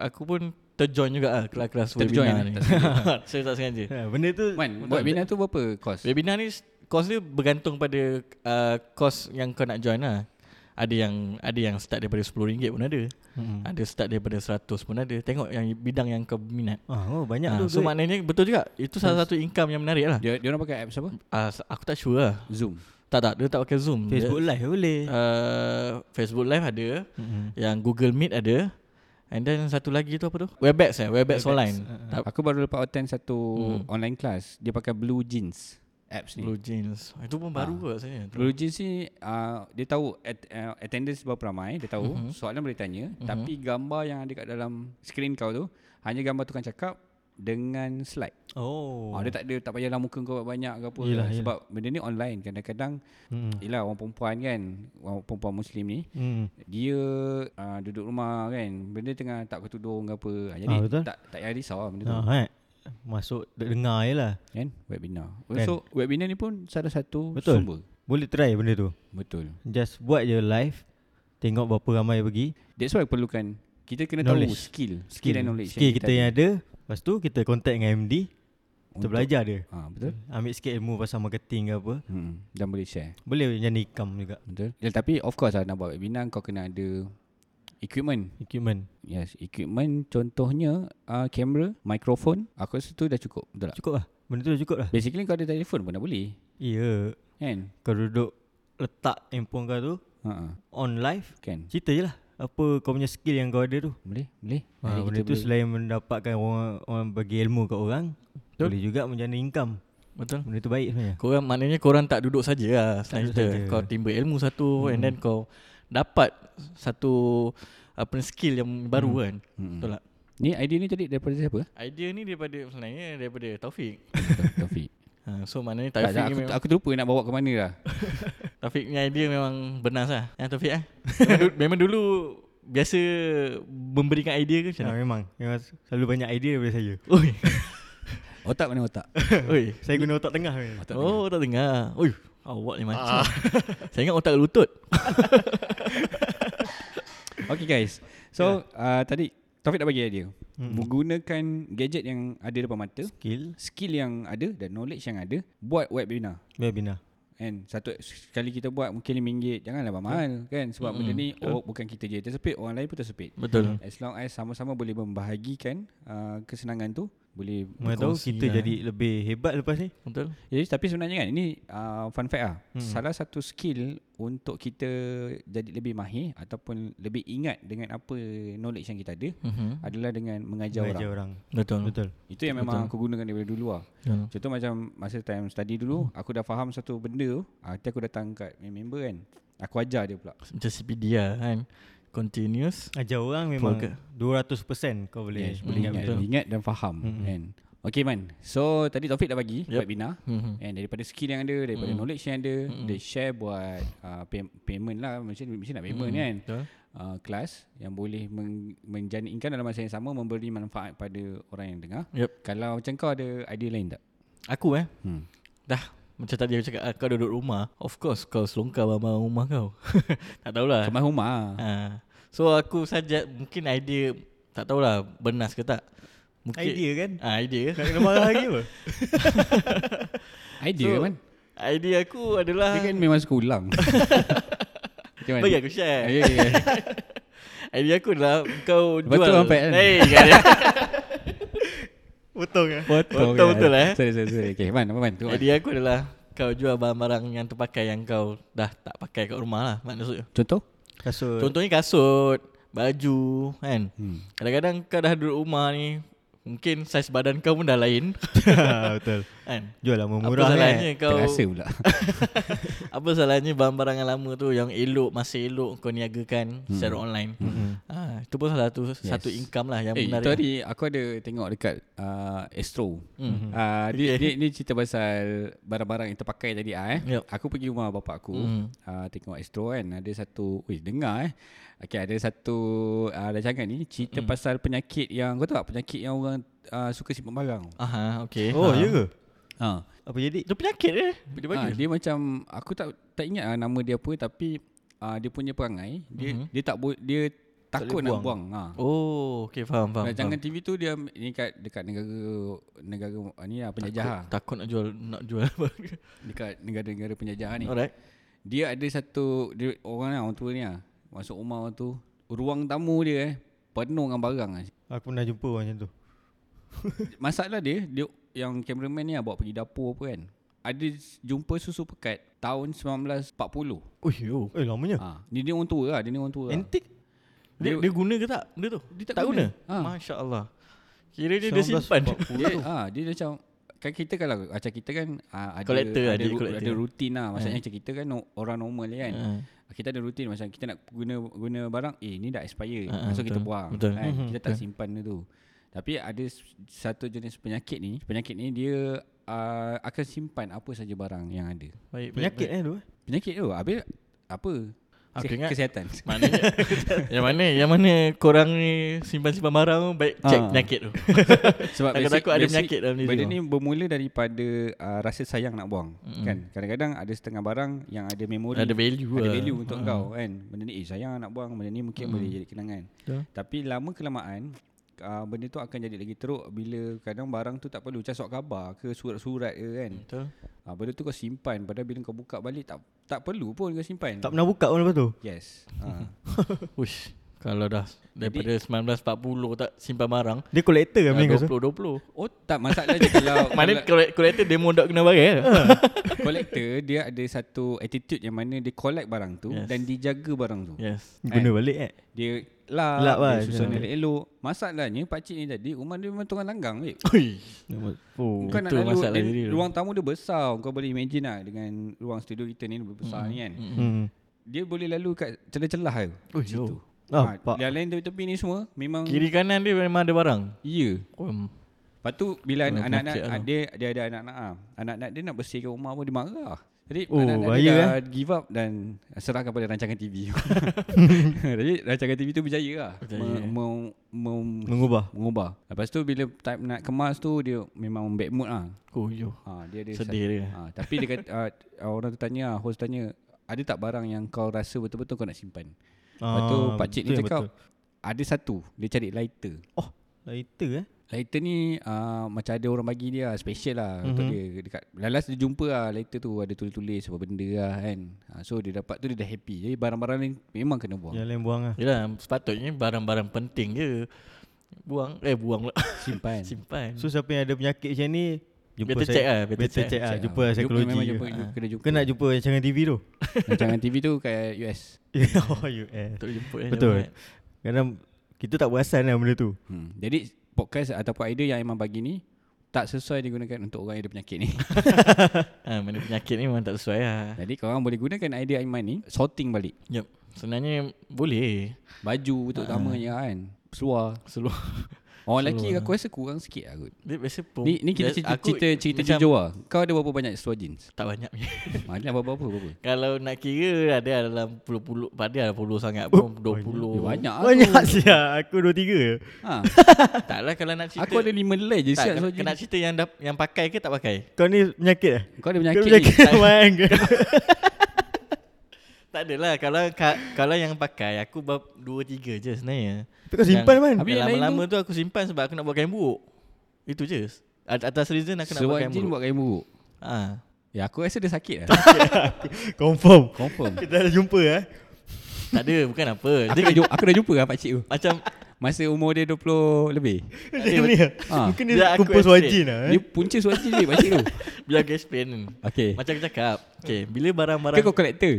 aku pun terjoin juga lah kelas-kelas
Terjoin,
webinar
eh?
ni.
Tak
Saya <laughs> tak sengaja.
Ha, benda tu
Man, buat webinar tu berapa kos?
Webinar ni kos dia bergantung pada uh, kos yang kau nak join lah. Ada yang ada yang start daripada RM10 pun ada. Hmm. Ada start daripada RM100 pun ada. Tengok yang bidang yang kau minat.
Ah, oh banyak
Ha,
tu.
so
duit.
maknanya betul juga. Itu salah satu income yang menarik lah.
Dia dia orang pakai apps apa?
Uh, aku tak sure lah.
Zoom.
Tak tak, dia tak pakai Zoom. Dia-
Facebook live boleh.
Ah.
uh, Facebook Live ada, mm-hmm. yang Google Meet ada, and then satu lagi tu apa tu? Webex eh, Webex, online. Uh,
Aku baru lepas attend satu
Hmm.
online class. Dia pakai Blue Jeans apps ni. Blue,
Blue Jeans. Ah, Itu pun baru kot rasanya.
Blue Jeans ni uh, dia tahu at, uh, attendance berapa ramai, dia tahu
Hmm.
soalan boleh tanya, tapi gambar yang ada kat dalam screen kau tu hanya gambar tukang cakap dengan slide.
Oh.
Oh. Ah, dia tak ada tak payahlah muka kau banyak ke apa
Yelah,
yelah, sebab benda ni online kadang-kadang
Hmm.
yelah orang perempuan kan, orang perempuan muslim ni
Hmm.
dia uh, duduk rumah kan benda tengah tak ketudung ke apa Ah, jadi
Ah, betul.
tak tak payah risau lah benda tu
Ha, kan? Masuk dek- dengar je lah
kan webinar
Kan.
so webinar ni pun salah satu
Betul.
sumber
Boleh try benda tu
betul
Just buat je live Tengok berapa ramai pergi
that's why perlukan kita kena
Knowledge.
tahu skill skill and knowledge
Skill kita yang ada Lepas tu kita contact dengan MD Kita
Untuk-
belajar dia
ha, betul
Ambil sikit ilmu pasal marketing ke apa
hmm, dan boleh share
Boleh jadi ikam juga
betul ya, tapi of course lah nak buat webinar kau kena ada equipment
Equipment
yes equipment contohnya uh, kamera mikrofon aku rasa tu dah cukup betul tak
Cukup lah Benda tu dah cukup lah
basically kau ada telefon pun dah boleh
Ya
kan
Kau duduk Letak handphone kau tu
ha uh
On live
kan
Cerita je lah Apa kau punya skill yang kau ada tu
boleh boleh
ha,
Hari
Benda
kita
tu
boleh-
selain mendapatkan orang, orang bagi ilmu kat orang
Betul.
Boleh juga menjana income
Betul.
Benda tu baik sebenarnya
Korang maknanya korang tak duduk saja lah selain
duduk
kita.
saja.
Kau timba ilmu satu hmm. and then kau dapat satu apa ni, skill yang baru hmm. kan. Hmm. Betul tak?
ni idea ni tadi daripada
<laughs>
siapa
Idea ni daripada sebenarnya daripada Taufik.
Taufik
Ha, so maknanya
Tak,
Taufik
tak,
ni
aku,
memang,
aku terlupa nak bawa ke mana lah
Taufik punya idea memang bernas lah. Ya Taufik <laughs> eh. Memang du- memang dulu biasa memberikan idea ke macam
Ha,
mana?
memang Memang selalu banyak idea daripada saya
<laughs> Oi.
Otak mana otak?
Oi.
Saya guna otak tengah ni
oh, tak dengar. Ah. Oi, awak ni macam. <laughs> Saya ingat otak lutut.
Okay guys So
Ya.
uh, tadi Taufik dah bagi idea hmm. Menggunakan gadget yang ada depan mata
Skill
Skill yang ada Dan knowledge yang ada Buat web webinar
Webinar
kan satu sekali kita buat mungkin RM5 janganlah buat mahal
Hmm.
kan sebab mm benda ni oh, bukan kita je tersepit orang lain pun tersepit
Betul.
as long as sama-sama boleh membahagikan uh, kesenangan tu boleh
Mana tahu
Berkongsi
kita
lah,
jadi lebih hebat lepas ni.
Betul.
jadi tapi sebenarnya kan ini uh, fun fact lah. Hmm. Salah satu skill untuk kita jadi lebih mahir ataupun lebih ingat dengan apa knowledge yang kita ada
Mhm.
adalah dengan mengajar,
Mengajar
orang.
orang.
Betul.
Betul.
Itu yang memang aku gunakan daripada dulu lah.
Betul.
Contoh macam masa time study dulu, aku dah faham satu benda, ah, nanti aku datang kat main member kan, aku ajar dia pula.
Macam CPD lah kan. Continuous.
Ajar orang memang
Focus.
200% kau boleh
Yes, boleh ingat,
betul.
ingat dan faham hmm. kan. Okay man, so tadi Taufik dah bagi buat
Yup.
Bina.
Mhm.
And daripada skill yang ada, daripada mm. knowledge yang ada, mm. dia share buat uh, pay- payment lah, macam macam nak payment mm. kan.
Hmm. Betul.
Uh, kelas yang boleh men- menjanikan dalam masa yang sama memberi manfaat pada orang yang dengar.
Yup.
Kalau macam kau ada idea lain tak?
Aku eh.
Hmm.
Dah macam tadi aku cakap ah, kau duduk rumah. Of course kau selongkar barang-barang rumah kau. <laughs> tak tahulah.
Kemas rumah. lah.
Ha. So aku saja mungkin idea tak tahulah bernas ke tak. Mungkin
Idea kan?
Ah, idea.
Nak kena marah lagi
<laughs>
apa?
Idea
So,
man.
Idea aku adalah
Dia kan memang suka
<laughs>
ulang. Macam mana? Ya,
bagi aku share.
Okay, okay.
Idea aku adalah kau
Lepas tu
jual.
orang pack kan?
Hey,
<laughs>
kan?
Potong eh.
kan?
Betul betul lah. eh.
Sorry, sorry, sorry. Okay, man, apa man? Tengok, man.
Idea aku adalah kau jual barang-barang yang terpakai yang kau dah tak pakai kat rumah lah maksudnya.
Contoh?
Kasut.
Contohnya kasut, baju kan.
Hmm.
Kadang-kadang kau dah duduk rumah ni, mungkin saiz badan kau pun dah lain
<laughs> Betul.
kan.
Jual lah
Apa
murah
salahnya
kan.
kau
Terasa pula.
Apa salahnya barang-barang yang lama tu yang elok masih elok kau niagakan hmm. secara online. Hmm. Ha, itu pun salah satu yes. satu income lah yang
Eh, itu
menarik.
hari aku ada tengok dekat uh, Astro.
Hmm.
Mm. Uh, dia, dia, dia cerita pasal barang-barang yang terpakai tadi ah eh.
Yup. Hmm.
Aku pergi rumah bapak aku, mm. uh, tengok Astro kan, ada satu, weh dengar eh. Okey, ada satu uh, rancangan ni cerita
Hmm.
mm. pasal penyakit yang kau tahu tak penyakit yang orang uh, suka simpan barang.
Aha, okey.
Oh,
Ha.
ya ke?
Ha.
Apa jadi?
Itu penyakit eh. Dia
Ah,
bagi.
dia macam aku tak tak ingat lah nama dia apa tapi uh, dia punya perangai dia mm-hmm. dia tak bo- dia takut
boleh
nak buang. Ha.
Mhm. Oh, okey faham faham. faham.
Rancangan TV tu dia ni kat dekat negara negara ah, ni lah penjajah lah.
Takut, takut nak jual nak jual apa.
dekat negara-negara penjajah ni.
Alright.
Dia ada satu dia, orang lah, orang tua ni lah. Masuk rumah orang tu ruang tamu dia eh penuh dengan barang lah.
Aku pernah jumpa orang macam tu.
Masalah dia dia yang cameraman ni lah, bawa pergi dapur apa kan. Ada jumpa susu pekat tahun 1940.
Oh, yo.
Eh, lamanya.
Ha, ni dia orang tua lah, dia ni orang tua. Lah.
Antik.
Dia,
Dia-
dia guna ke tak benda tu?
Dia tak
tak
guna.
guna.
Ha.
Masya Allah. Kira dia dah simpan.
1940.
dia, ha, dia macam kan kita kalau macam kita kan ah, ada
Collector lah,
ada,
dia
ru-
collector. Eh.
ada rutin lah maksudnya macam kita kan no- orang normal je kan
Ha.
kita ada rutin macam kita nak guna guna barang eh ni dah expire
Ha, ha,
so kita
betul.
buang
Betul.
kan kita tak simpan dia tu tapi ada s- satu jenis penyakit ni penyakit ni dia uh, akan simpan apa saja barang yang ada
Baik, baik,
Penyakit eh tu. eh.
penyakit tu habis apa
Aku
Kese-
ingat-
kesihatan
baik. Maknanya <laughs> yang mana yang mana korang ni simpan-simpan barang tu baik
Ha.
check penyakit tu.
Sebab
Takut-takut ada penyakit dalam diri
Benda
tu.
ni bermula daripada uh, rasa sayang nak buang mm-hmm. kan. Kadang-kadang ada setengah barang yang ada memori
Ada value
ada
lah.
value untuk kau kan. Benda ni eh sayang nak buang, benda ni mungkin mm. boleh jadi kenangan.
Betul.
Tapi lama kelamaan uh, benda tu akan jadi lagi teruk bila kadang barang tu tak perlu macam surat khabar ke surat-surat ke kan.
Betul.
Uh, benda tu kau simpan padahal bila kau buka balik tak tak perlu pun kau simpan.
Tak pernah buka pun lepas tu.
Yes. Uh.
Ush, kalau dah daripada 1940 tak simpan barang,
Dia kolektor
dah
kan Ming rasa.
20 20.
<laughs> Oh tak masalah je kalau
<laughs> Mana kolektor dia mondok kena barang eh?
Ah.
collector dia ada satu attitude yang mana dia collect barang tu yes.
Yes.
dan dijaga barang tu. Yeah.
Yes.
<laughs> Guna balik eh.
Dia lap,
Lap lah,
dia susun
macam-
elok-elok. Masalahnya pakcik ni tadi rumah dia memang tukang langgang weh.
Ui.
Oh.
Kau nak
itu
lalu
masalah
dan
diri tu.
ruang tamu dia besar. Kau boleh imagine lah dengan ruang studio kita ni lebih besar mm. ni kan. Mm.
Hmm.
Dia boleh lalu kat celah-celah tu.
Ui, yo.
Ah, pak.
yang lain tepi-tepi ni semua memang ya.
Kiri kanan dia memang ada barang.
Yeah.
Oh,
Lepas tu bila
Kena
anak-anak
penyakit lah tu.
dia dia ada anak-anak ah. Anak-anak dia nak bersihkan rumah pun dia marah. Jadi
Oh,
anak-anak dia
bahaya,
dah give up dan serahkan pada rancangan
<laughs>
TV. <laughs> Jadi rancangan TV tu berjaya lah.
Berjaya.
Me- me- me-
Mengubah.
mengubah. Lepas tu bila time nak kemas tu dia memang bad mood lah.
oh yo.
Ha, dia ada
Sedih dia.
Ha, tapi dia kata, ah, orang tu tanya, ah, host tanya, ada tak barang yang kau rasa betul-betul kau nak simpan? Lepas tu
Ah,
pakcik
betul,
ni cakap,
betul.
ada satu, dia cari lighter.
Oh, lighter eh.
lighter ni uh, macam ada orang bagi dia lah, special lah mm-hmm. untuk
Mhm.
dia dekat lalas dia jumpa lah lighter tu ada tulis-tulis apa benda lah kan. Uh, so dia dapat tu dia dah happy. Jadi barang-barang ni memang kena buang. Yeah.
Yang lain buang lah
Yelah sepatutnya barang-barang penting je Buang Eh buang pula
Simpan.
Simpan
So siapa yang ada penyakit macam ni jumpa
Better
saya,
check lah, better
Hmm. Better,
check.
check, lah
Check
Jumpa
lah.
psikologi
memang
ke.
jumpa, jumpa, kena jumpa.
Kau nak jumpa rancangan TV <laughs> tu
Rancangan TV tu kat US.
Oh US
Untuk jemput eh,
Betul.
jemput, eh.
Kadang kita tak perasan lah benda tu
Hmm. Jadi podcast ataupun idea yang Iman bagi ni tak sesuai digunakan untuk orang yang ada penyakit ni.
ha, Mana penyakit ni memang tak sesuai lah
Jadi korang boleh gunakan idea Iman ni sorting balik.
Yep. Sebenarnya boleh
Baju terutamanya kan. Seluar.
Seluruh
Orang lelaki aku rasa kurang sikit lah kot.
Dia biasa pun
Ni, ni kita cerita, cerita, cerita jujur lah. Kau ada berapa banyak seluar jeans?
Tak banyak <laughs> punya.
Mana berapa-berapa? Berapa?
Kalau nak kira ada dalam puluh-puluh Pada ada lah puluh sangat
Oh,
pun Dua
Eh,
puluh
banyak lah.
Banyak <laughs> sia Aku dua tiga
Ha.
Tak lah kalau nak cerita
Aku ada lima lay je siap
tak, kena,
seluar
kena
jeans.
cerita yang dap, yang pakai ke tak pakai?
Kau ni penyakit lah
Kau ada
Kau
penyakit ni.
penyakit <laughs> main ke
Tak adalah kalau ka, kalau yang pakai aku bab 2 3 je sebenarnya.
Tapi kau simpan
Habis
man
Habis
yang lain
lama-lama tu aku simpan sebab aku nak buat kain buruk. Itu je. At- Atas reason aku nak buat
Seluar
kain
jeans
buruk.
buat kain buruk.
Ha.
Ya aku rasa dia sakit lah.
Confirm
Confirm.
Kita dah jumpa eh
Tak ada bukan
<laughs>
apa.
Aku
Dia
dah jumpa, aku dah jumpa lah pakcik tu.
macam
Masa umur dia 20 lebih.
Macam ni lah
Ha.
<laughs> Mungkin
Biar
dia
aku
kumpul suara
explain.
jin lah
Dia punca suara jeans dia <laughs> pakcik tu.
biar aku explain.
Okay.
Macam aku cakap. Okay, bila
Kau
barang-barang
kau kolektor.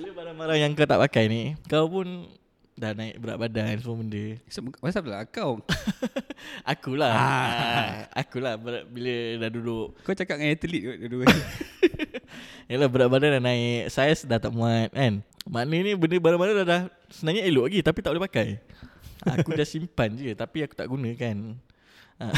bila barang-barang yang kau tak pakai ni, kau pun dah naik berat badan semua benda.
So, Masa pula kau
Akulah.
Ah.
Ah, Akulah berat, bila dah duduk
Kau cakap dengan atlet kot dulu.
Yalah berat badan dah naik Saiz dah tak muat kan Maknanya ni benda barang-barang dah, dah Sebenarnya elok lagi Tapi tak boleh pakai Aku dah simpan je Tapi aku tak guna kan ha. <laughs>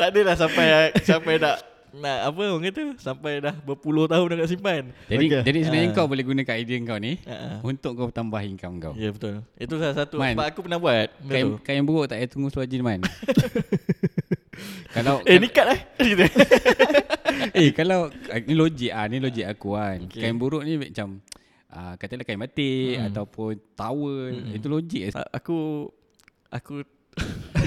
Tak adalah sampai Sampai nak Nak apa orang kata Sampai dah berpuluh tahun dah nak simpan
<laughs> jadi
Okay.
jadi sebenarnya kau boleh gunakan idea kau ni
Ha.
untuk kau tambah income kau.
Ya betul Itu salah satu
Man.
Sebab aku pernah buat benda
Kain,
tu.
kain buruk tak payah tunggu suara jin <laughs> man. kalau
Eh ni cut eh <laughs> Gitu.
eh kalau ni logik ah ni logik aku kan.
Okay.
Okay. Kain buruk ni macam ah katalah kain batik hmm. ataupun towel hmm. itu logik. Ah,
A- Aku Aku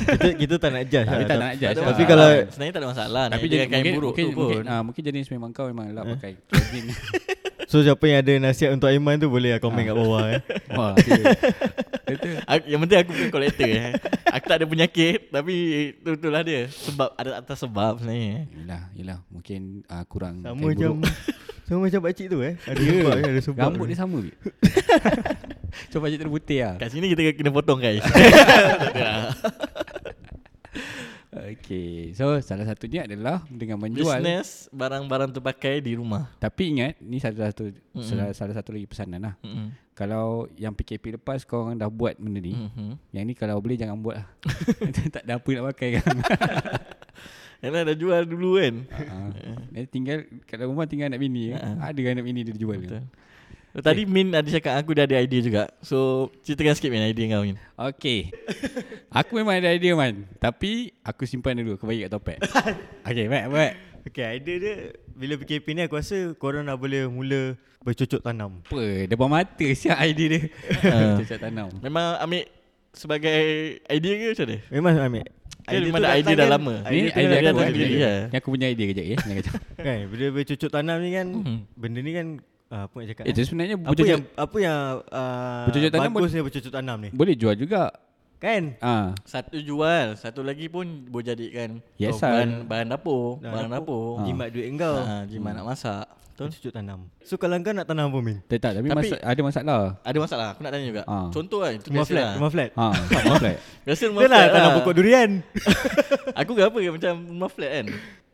kita, kita tak nak judge
Kita
lah
tak nak judge.
Tapi
masalah.
lah.
kalau
Sebenarnya tak ada masalah
Tapi
Tapi
jadi
jangan kain buruk
mungkin,
tu pun
mungkin, ah, mungkin jenis memang kau memang elak pakai suara jin.
So siapa yang ada nasihat untuk Aiman tu Boleh lah komen kat bawah eh
<laughs> Wah. Betul.
Aku, yang penting aku bukan kolektor eh. Aku tak ada penyakit Tapi tu itulah dia Sebab ada atas sebab sebenarnya eh.
Yelah, yelah. Mungkin ah, kurang
<laughs> Sama macam Sama macam pakcik tu eh Ada sebab eh, ada sebab
Rambut dia sama Bik Cuba pakcik terputih lah
Kat sini kita kena potong <laughs> guys Ya.
Okay So salah satunya adalah Dengan menjual
Business Barang-barang terpakai di rumah
Tapi ingat Ni salah satu mm-hmm. salah, salah satu lagi pesanan lah
Mm-mm.
Kalau yang PKP lepas Kau orang dah buat benda ni mm.
Mhm.
Yang ni kalau boleh jangan buat lah <laughs> Tak ada apa nak pakai kan
Yalah dah jual dulu kan
uh, Tinggal Kat dalam rumah tinggal anak bini uh-huh. Ada anak bini dia jual
Betul.
Betul.
Tadi Min ada cakap Aku dah ada idea juga So ceritakan sikit Min Idea kau Min
Okay Aku memang ada idea man Tapi Aku simpan dulu Aku bagi kat topet Okay baik baik
Okay idea dia Bila PKP ni aku rasa Korang dah boleh mula Bercucuk tanam
Apa Depan mata <laughs> siap idea dia
Ah.
Cacak tanam
Memang ambil Sebagai idea ke macam mana?
Memang ambil
Idea memang
tu
ada idea
datang
dah
kan,
lama.
Ni
tu
idea aku
datang
datang
kan.
sendiri
sendiri, ya.
Ni aku punya idea kejap ya Jangan kacau
Kan bila bercucuk tanam ni kan Benda ni kan ah, Apa nak cakap
Itu
eh?
sebenarnya
Apa
bercucuk-
yang Apa yang ah,
Bercucuk tanam
Bagusnya bercucuk tanam ni
Boleh jual juga
Kan
Ah,
Satu jual Satu lagi pun Boleh jadikan
Yes,
bahan, bahan dapur Bahan dapur
Jimat duit kau
Ha, gimana nak masak Betul
Bercucuk tanam So kalau kau nak tanam apa Min?
Tak tak tapi,
Tapi-
masa, ada masalah
Ada masalah Aku nak tanya juga
Ah.
Contoh kan itu
Rumah
biasa
flat
lah.
Rumah flat
Ha, rumah flat.
Biasa rumah
Dia lah
flat
tanam pokok durian
Aku ke apa Macam rumah flat kan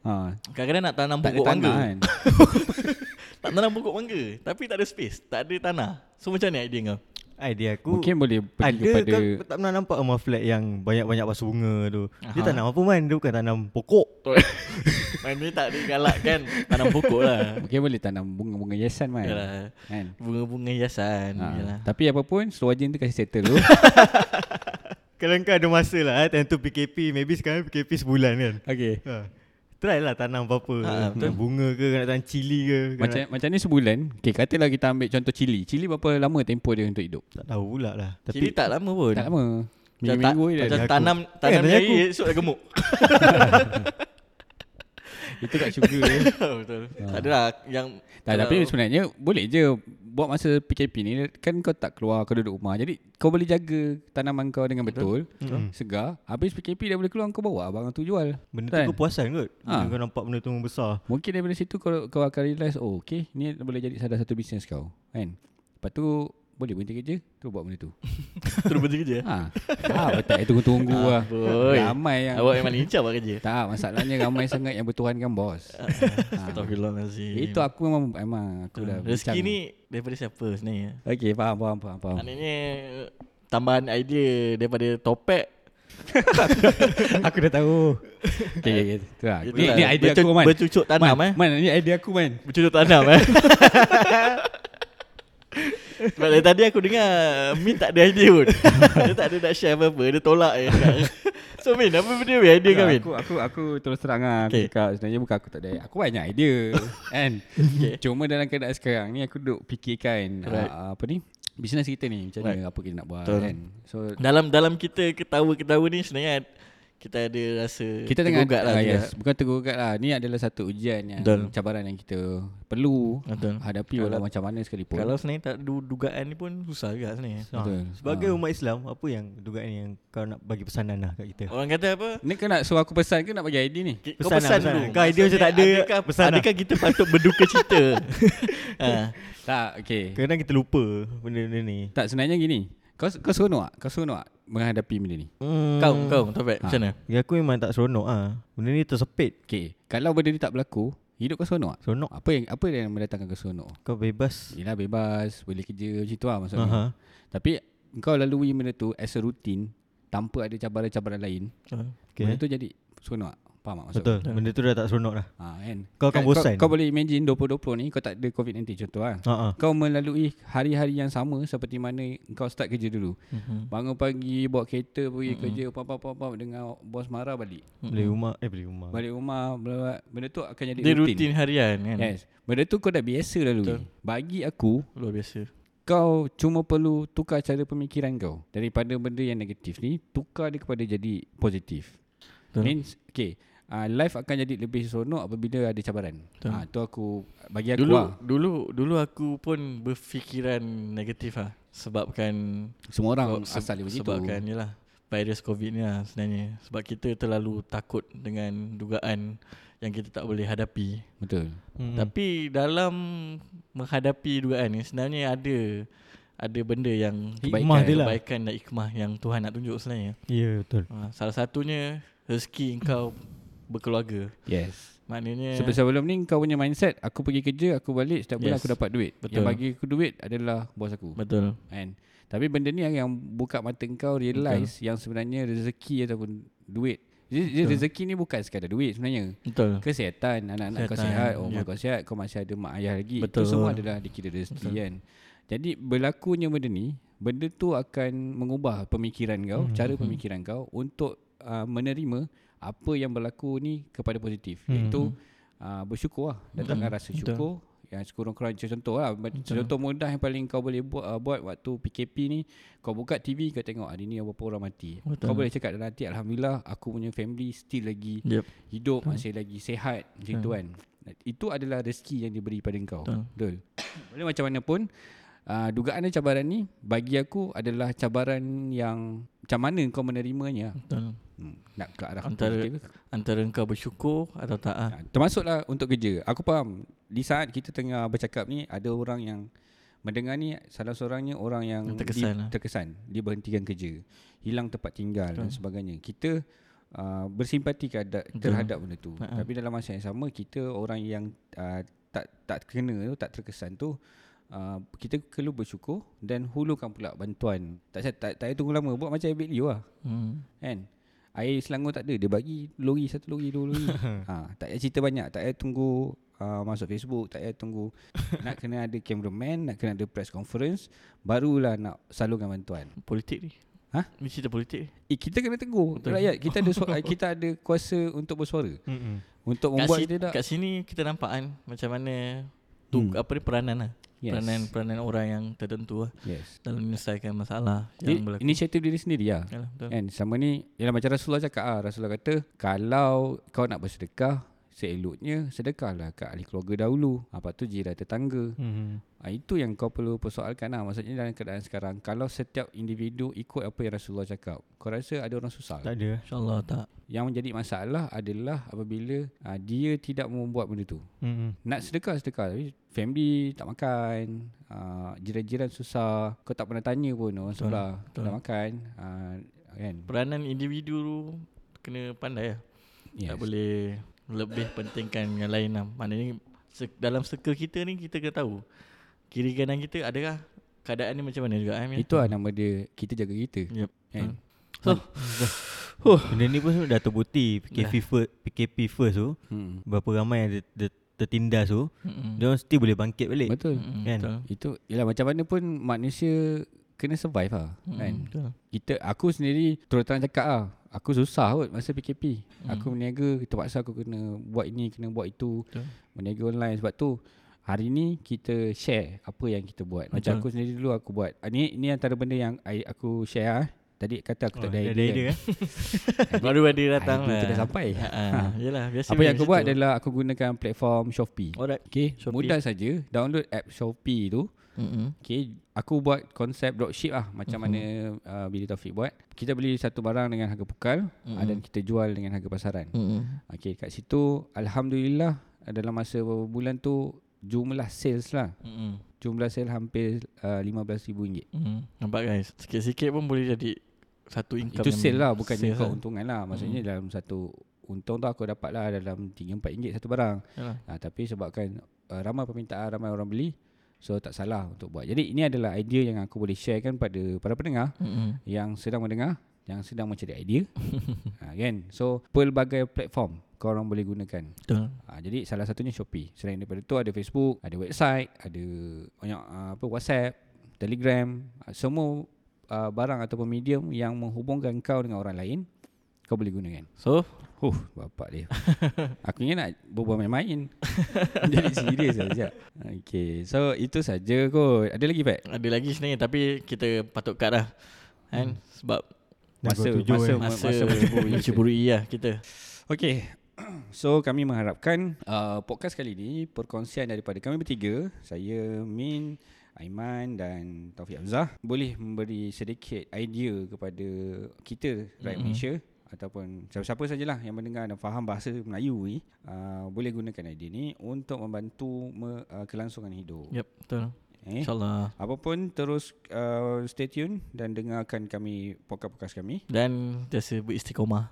Ha,
Kadang-kadang nak tanam
tak ada
pokok
tanah
mangga
kan.
Tak tanam pokok mangga Tapi tak ada space Tak ada tanah So macam mana idea kau
Idea aku
Mungkin boleh pergi
ada
kepada
kau tak pernah nampak rumah flat yang banyak-banyak pasal bunga tu. Dia tanam apa man? Dia bukan tanam pokok.
Maknanya tak digalakkan Tanam pokok
<laughs>
lah
Mungkin boleh tanam bunga-bunga hiasan man.
Yalah.
Kan?
Bunga-bunga hiasan
Ha,
Yalah
tapi apa pun Slow agent tu kasih settle oh. dulu
Kalau kau ada masa lah eh, time tu PKP, maybe sekarang PKP sebulan kan.
Okay
Ha. Try lah tanam apa-apa.
Ha,
Ha,
betul.
bunga ke, nak tanam cili ke. kau
macam
nak,
macam ni sebulan Okay katalah kita ambil contoh Chili Chili berapa lama tempoh dia untuk hidup
tak tahu pula lah.
Tapi tak lama pun
Tak lama
Macam,
Minggu-
ta-
minggu je dah
macam
ada aku.
tanam Tanam
tanya
nyeri
Eh, aku.
Esok dah gemuk <laughs>
Itu kat sugar je.
<laughs> Betul
Ah.
Tak ada lah Yang
Tak,
kalau-
tapi sebenarnya boleh je buat masa PKP ni kan kau tak keluar kau duduk rumah. Jadi kau boleh jaga tanaman kau dengan betul, betul. segar. Habis PKP dah boleh keluar kau bawa barang tu jual.
Benda
Kan?
tu kepuasan kot
Ha.
ha. Kau nampak benda
<laughs>
tu membesar
Mungkin daripada situ kau kau akan realise oh okay ni boleh jadi salah satu bisnes kau kan. Lepas tu boleh berhenti kerja tu buat benda tu.
Terus berhenti
<laughs>
kerja
ha. Ha betul itu tunggu lah.
Boy
Ramai yang Ah.
Awak memang lincah buat kerja
tak masalahnya ramai sangat yang bertuhankan
<laughs>
bos.
Ah,
Ah,
Astagfirullahalazim
Itu aku memang memang aku dah
Ah, Rezeki
bincang.
ni Daripada siapa sebenarnya
Okey faham faham faham faham.
Maknanya Tambahan idea Daripada topek
Aku dah tahu
Okay, okay, okay. Tu lah. Ni,
Itulah.
ni idea
Bercu-
aku man.
bercucuk tanam,
man,
eh.
Man, ni idea aku man.
Bercuduk tanam eh <laughs> Sebab dari tadi aku dengar Min tak ada idea <laughs> pun Dia tak ada nak share apa-apa Dia tolak je So Min apa benda Min idea kau Min
Aku aku aku terus terang lah
Okay.
okay. cakap sebenarnya bukan aku tak ada. Aku banyak
<laughs>
idea kan. Okay. Cuma dalam keadaan sekarang ni aku duk fikirkan
Right.
right. uh, apa ni? Bisnes kita ni macam mana
Right.
apa kita nak buat
Betul.
kan. So
Dalam dalam kita ketawa-ketawa ni Sebenarnya kita ada rasa
kita tengah
tergugat lah
ah,
juga.
yes, bukan tergugat lah. Ni adalah satu ujian yang
Betul.
cabaran yang kita perlu
Betul.
hadapi
Kalau-
walau macam mana sekalipun.
Kalau sebenarnya tak ada dugaan ni pun Susah juga sebenarnya
ha.
Betul. Ah.
Sebagai umat Islam Apa yang dugaan yang kau nak bagi pesanan lah kat kita
Orang kata apa
ni kau nak suruh aku pesan ke nak bagi idea ni?
Ki-
Pesan lah, pesan lah. Kau idea macam tak ada,
Maksudnya, adakah,
pesan lah.
adakah kita patut berduka
<laughs>
cita ha.
Tak, okay.
Kadang kita lupa benda-benda ni
Tak sebenarnya gini. Kau kau seronok tak? Kau seronok tak menghadapi benda ni?
Kau kau Taufik
Ha.
macam mana
Ya aku memang tak seronok ah. Benda ni tersepit.
Okay, kalau benda ni tak berlaku, hidup kau seronok tak?
Seronok
Apa yang apa yang mendatangkan keseronok?
kau bebas.
Yelah bebas, boleh kerja macam tu lah maksudnya.
Aha.
Tapi kau lalui benda tu as a routine tanpa ada cabaran-cabaran lain. Okay. Benda
Okay.
tu jadi seronok tak? Faham tak maksud?
Betul. Benda tu dah tak seronok dah.
Ha, kan?
Kau akan bosan.
Kau, kau boleh imagine 2020 ni kau tak ada COVID-19 contoh lah.
Ha ah.
Kau melalui hari-hari yang sama seperti mana kau start kerja dulu.
Mhm.
Bangun pagi, bawa kereta pergi kerja, pam-pam-pam dengan bos marah balik.
Beli rumah eh beli rumah.
Balik rumah, bla, bla, bla. benda tu akan jadi
Oh. Dia rutin harian kan
Eh.
Yes. Benda tu kau dah biasa lalu. Betul. Bagi aku,
Luar biasa
kau cuma perlu tukar cara pemikiran kau daripada benda yang negatif ni, tukar dia kepada jadi positif.
Betul.
Betul. Means okay, uh, life akan jadi lebih seronok apabila ada cabaran. Ah uh, tu aku bagi aku
Dulu
lah.
dulu dulu aku pun berfikiran negatif lah sebabkan
Semua orang
sebab-
Ah, asal dia begitu.
sebabkan yalah virus covid ni lah sebenarnya sebab kita terlalu takut dengan dugaan yang kita tak boleh hadapi.
Betul.
Hmm. Tapi dalam menghadapi dugaan ni sebenarnya ada ada benda yang
Hikmah dia lah.
kebaikan dan hikmah yang Tuhan nak tunjuk sebenarnya.
Ya betul.
Ha, salah satunya rezeki kau berkeluarga.
Yes.
Maknanya
Sebelum sebelum ni kau punya mindset aku pergi kerja, aku balik setiap bulan yes.
Yes.
aku dapat duit. Betul. Yang
Betul.
bagi aku duit adalah bos aku.
betul.
Kan? Tapi benda ni yang buka mata kau realise yang sebenarnya rezeki ataupun duit. Jadi, jadi rezeki ni bukan sekadar duit sebenarnya.
Betul.
Kesihatan, anak-anak kau
Kesihatan,
sihat, orang
yep.
yep. kau sihat, kau masih ada mak ayah lagi.
Betul.
Itu semua adalah dikira rezeki kan. Jadi berlakunya benda ni, benda tu akan mengubah pemikiran kau, hmm. cara pemikiran kau untuk uh, menerima apa yang berlaku ni kepada positif. Hmm. Iaitu uh, bersyukur lah. Datangkan rasa syukur. Yang sekurang-kurang macam contoh lah Macam Contoh mudah yang paling kau boleh buat, uh, buat Waktu PKP ni Kau buka TV Kau tengok hari ni berapa orang mati Betul. Kau boleh cakap dalam hati Alhamdulillah Aku punya family still lagi
Yep.
hidup masih lagi sehat macam tu kan itu adalah rezeki yang diberi pada kau betul boleh macam mana pun uh, dugaan dan cabaran ni bagi aku adalah cabaran yang macam mana kau menerimanya
Betul.
hmm, nak ke arah
Antara
positif ke?
antara engkau bersyukur atau tak ah.
Ah, termasuklah untuk kerja aku faham di saat kita tengah bercakap ni ada orang yang mendengar ni salah seorangnya orang yang
Yang terkesan lah.
di, terkesan dia berhentikan kerja hilang tempat tinggal dan sebagainya kita uh, bersimpati keada, terhadap benda tu
Ha-ha.
tapi dalam masa yang sama kita orang yang uh, tak tak kena tu tak terkesan tu Uh, kita perlu bersyukur dan hulukan pula bantuan. Tak payah- tak, tak payah tunggu lama buat macam Abid Liu lah.
Hmm.
Kan Air Selangor tak ada Dia bagi lori Satu lori Dua lori ha, Tak payah cerita banyak Tak payah tunggu uh, Masuk Facebook Tak payah tunggu Nak kena ada cameraman Nak kena ada press conference Barulah nak salurkan bantuan
Politik ni.
Hah?
Ni cerita politik.
eh, Kita kena tegur Betul.
Betul.
Rakyat Kita ada su- kita ada kuasa Untuk bersuara
Mm-mm.
Untuk
Kat,
membuat
si,
dia tak
ah, kat sini kita nampak kan macam mana tu hmm. apa ni peranan lah.
Yes.
peranan-peranan orang yang tertentu lah
Yes.
dalam menyelesaikan masalah yang
Jadi,
berlaku.
inisiatif diri sendiri lah.
Yalah, betul.
Kan sama ni Yalah macam Rasulullah cakap ah, Rasulullah kata Kalau kau nak bersedekah Seeloknya Sedekahlah kat ahli keluarga dahulu Ah, Lepas tu jiran tetangga
Mm-hmm.
ha, Itu yang kau perlu persoalkan lah Maksudnya dalam keadaan sekarang Kalau setiap individu Ikut apa yang Rasulullah cakap Kau rasa ada orang susah
Tak
tak.
ada.
InsyaAllah tak.
Yang menjadi masalah adalah Apabila ha, Dia tidak membuat benda tu
Mm-hmm.
nak sedekah-sedekah Tapi family tak makan uh, Jiran-jiran susah Kau tak pernah tanya pun orang
Betul,
sebelah
betul.
Tak makan uh, kan?
Peranan individu tu kena pandai lah. Yes. Tak boleh lebih pentingkan yang lain lah. Maknanya se- dalam circle kita ni kita kena tahu. Kiri kanan kita adakah keadaan ni macam mana juga. I mean.
Itu lah nama dia Kita jaga kita
Yep.
kan?
So,
Benda ni pun sebenarnya dah terbukti PKP
Dah.
first, PKP first tu
hmm.
Berapa ramai yang ter- ter- tertindas tu
Mm.
Mm-mm.
Dia orang still boleh bangkit balik
Betul
Mm-mm,
kan?
betul.
Itu ialah macam mana pun Manusia Kena survive lah
Mm-mm,
kan?
betul.
Kita Aku sendiri Terus terang cakap lah Aku susah kot masa PKP hmm. Aku berniaga Terpaksa aku kena Buat ini Kena buat itu
Betul.
Berniaga online Sebab tu Hari ni kita share Apa yang kita buat Macam
Betul.
aku sendiri dulu aku buat Ah, Ni, ni antara benda yang I, Aku share ah. Tadi kata aku
Oh,
tak ada
dah
idea,
ada idea
<laughs> kan?
eh?
Baru ada datang
Idea tu dah sampai.
Ha, ha. Yelah, biasa
Apa yang
macam
aku buat
tu.
adalah Aku gunakan platform Shopee
Alright.
Okay
Oh, Shopee.
Mudah saja Download app Shopee tu
Mm-mm.
Okay Aku buat konsep dropship lah Macam mana uh, Bila Taufik buat Kita beli satu barang dengan harga pukal mm-hmm. Dan kita jual dengan harga pasaran
Mm-mm.
Okay kat situ Alhamdulillah uh, Dalam masa beberapa bulan tu Jumlah sales lah
Mm-mm.
Jumlah sales hampir uh, RM15,000
Mm. Nampak guys Sikit-sikit pun boleh jadi Satu income
Itu
yang
sale lah Bukan
sales
sales keuntungan lah Maksudnya mm-hmm. dalam satu Untung tu aku dapat lah Dalam RM3-RM4 satu barang
Yalah.
ha, Tapi sebabkan uh, Ramai permintaan Ramai orang beli So tak salah untuk buat Jadi ini adalah idea yang aku boleh sharekan Pada para pendengar
lah. Mm-mm.
yang sedang mendengar yang sedang mencari
<laughs>
idea ha, kan so pelbagai platform kau orang boleh gunakan
Betul
ha, jadi salah satunya Shopee selain daripada tu ada Facebook ada website ada banyak ah, apa WhatsApp Telegram Ah, semua ah, barang ataupun medium yang menghubungkan kau dengan orang lain kau boleh gunakan
So
Huh, bapak dia. Aku ingat nak berbual main-main. <laughs> Jadi serius lah sekejap. Okay, so itu saja kot. Ada lagi, Pat?
Ada lagi sebenarnya Tapi kita patut cut lah Kan
Hmm.
Sebab
Dah
Masa,
pukul tujuh
masa,
eh.
masa,
Masa
masa mencuburi.
Mencuburi lah kita
Okey. <clears throat> So kami mengharapkan uh, podcast kali ini perkongsian daripada kami bertiga, saya Min, Aiman dan Taufik Hamzah boleh memberi sedikit idea kepada kita rakyat mm-hmm. Malaysia ataupun siapa-siapa sajalah yang mendengar dan faham bahasa Melayu ni uh, boleh gunakan idea ni untuk membantu me, uh, kelangsungan hidup.
Yep Betul
Eh?
InsyaAllah
Apapun terus uh, stay tune dan dengarkan kami podcast-podcast kami.
Dan Biasa beristiqomah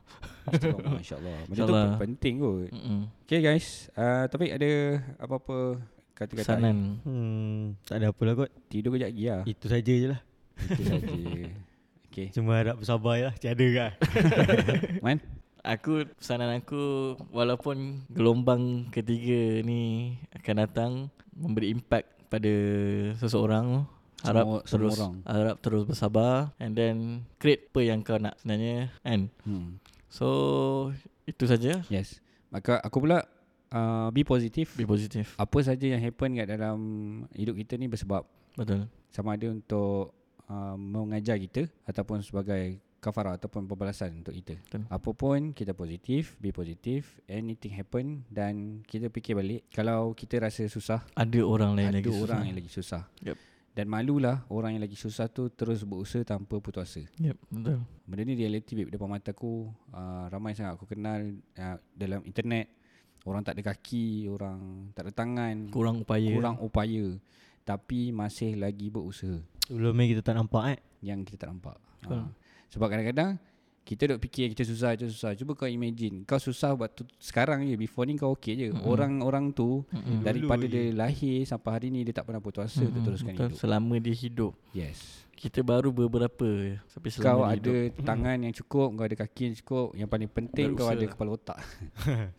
Istiqamah, InsyaAllah. Macam tu
InsyaAllah.
penting kot.
Mm-mm.
Okay guys, uh, Taufik ada apa-apa kata-kata?
Pesanan
Hmm, tak ada apa lah kot
Tidur kejap lagi lah.
Itu saja je lah
Itu saja. <laughs> Okay.
Cuma harap bersabar je lah Tiada lah
Man?
Aku Pesanan aku Walaupun Gelombang ketiga ni Akan datang Memberi impact Pada Seseorang tu. Harap
Semua- semua
terus
orang.
Harap terus bersabar And then Create apa yang kau nak Sebenarnya Kan
Hmm.
So Itu saja
Yes. Maka aku pula uh, be positif.
Be positive
Apa saja yang happen kat dalam hidup kita ni bersebab.
Betul
Sama ada untuk uh, mengajar kita ataupun sebagai kafarah ataupun pembalasan untuk kita.
Betul.
Apa pun kita positif, be positif, anything happen dan kita fikir balik kalau kita rasa susah
Ada orang lain
ada
lagi susah.
orang yang lagi susah.
Yep.
Dan malulah orang yang lagi susah tu terus berusaha tanpa putus asa.
Yep Betul
Benda ni reality babe depan mata aku. Uh, ramai sangat aku kenal uh, dalam internet. Orang tak ada kaki, orang tak ada tangan,
Kurang upaya
kurang upaya tapi masih lagi berusaha
Sebelum ni kita tak nampak eh
yang kita tak nampak.
Betul.
Ha. Sebab kadang-kadang kita duk fikir kita susah, kita susah. Cuba kau imagine, kau susah waktu sekarang je. Before ni kau okey je.
Mm-mm.
Orang-orang tu
Mm-mm.
daripada
Dulu
dia lahir sampai hari ni dia tak pernah putus asa untuk
Mm-mm,
teruskan
betul.
hidup.
Selama dia hidup
Yes.
Kita baru beberapa je. Tapi
Kau
selama dia
ada
hidup
tangan yang cukup Kau ada kaki yang cukup Yang paling penting Berusaha. kau
Berusaha.
ada kepala otak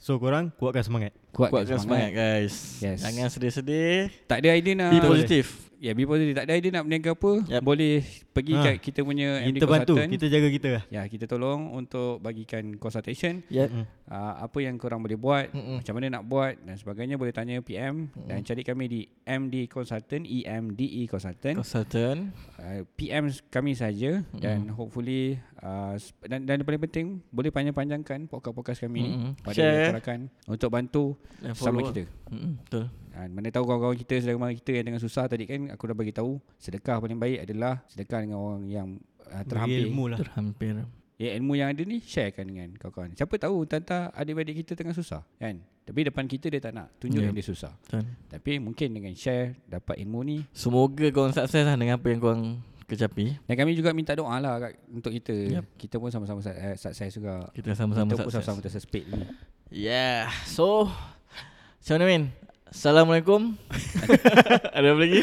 So korang kuatkan semangat
Kuatkan,
Kuatkan semangat guys
Yes.
Jangan sedih-sedih
Tak ada idea nak
Be positive
Ya bila dia tak ada idea nak berniaga apa
Yup.
Boleh pergi ha.
Ha.
kat kita punya MD
Kita bantu,
consultant.
kita jaga kita lah.
Ya kita tolong untuk bagikan consultation
Yep.
uh, Apa yang korang boleh buat
Mm-mm.
Macam mana nak buat Dan sebagainya Boleh tanya PM mm Dan cari kami di MD Consultant EMDE Consultant
Consultant.
E uh, PM kami saja mm-hmm. dan hopefully uh, sp- dan dan yang paling penting boleh panjang-panjangkan podcast-podcast kami mm-hmm.
Mm-mm.
ni pada
Share.
rakan untuk bantu
And
sama
follow.
kita.
Mm-mm, Betul.
Ha, mana tahu kawan-kawan kita saudara kita yang dengan susah tadi kan aku dah bagi tahu sedekah paling baik adalah sedekah dengan orang yang uh,
Bagi
terhampir. Ilmu.
ilmu lah.
Terhampir.
Ya ilmu yang ada ni sharekan dengan kawan-kawan. Siapa tahu tanta adik-adik kita tengah susah kan. Tapi depan kita dia tak nak tunjuk yeah.
Ya.
yang dia susah.
Betul.
Tapi mungkin dengan share dapat ilmu ni
Semoga korang sukses lah dengan apa yang korang kecapi.
Dan kami juga minta doa lah kat, untuk kita.
Yep.
Yep. Kita pun sama-sama sa- eh, sukses juga.
Kita sama-sama
kita pun
sukses.
sama-sama tersespit ni.
Yeah. So, macam mana Min? Assalamualaikum. <laughs> Ada apa lagi?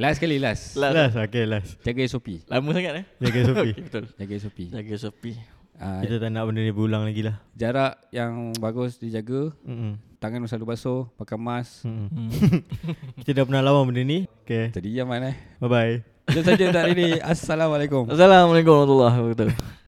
last kali last.
Last.
Last, okay last.
Jaga SOP.
Lama sangat eh?
Jaga
<laughs>
Sofi.
Betul.
Jaga SOP.
Jaga Sopi.
Uh,
Kita tak nak benda ni berulang lagi lah.
jarak yang bagus dijaga.
Mm-mm.
Tangan selalu basuh. Pakai mask.
Mm-mm. <laughs> Kita dah pernah lawan benda ni. Okay,
Tadi diam kan eh.
bye-bye.
Itu saja untuk hari ini. Assalamualaikum.
Assalamualaikum warahmatullahi wabarakatuh.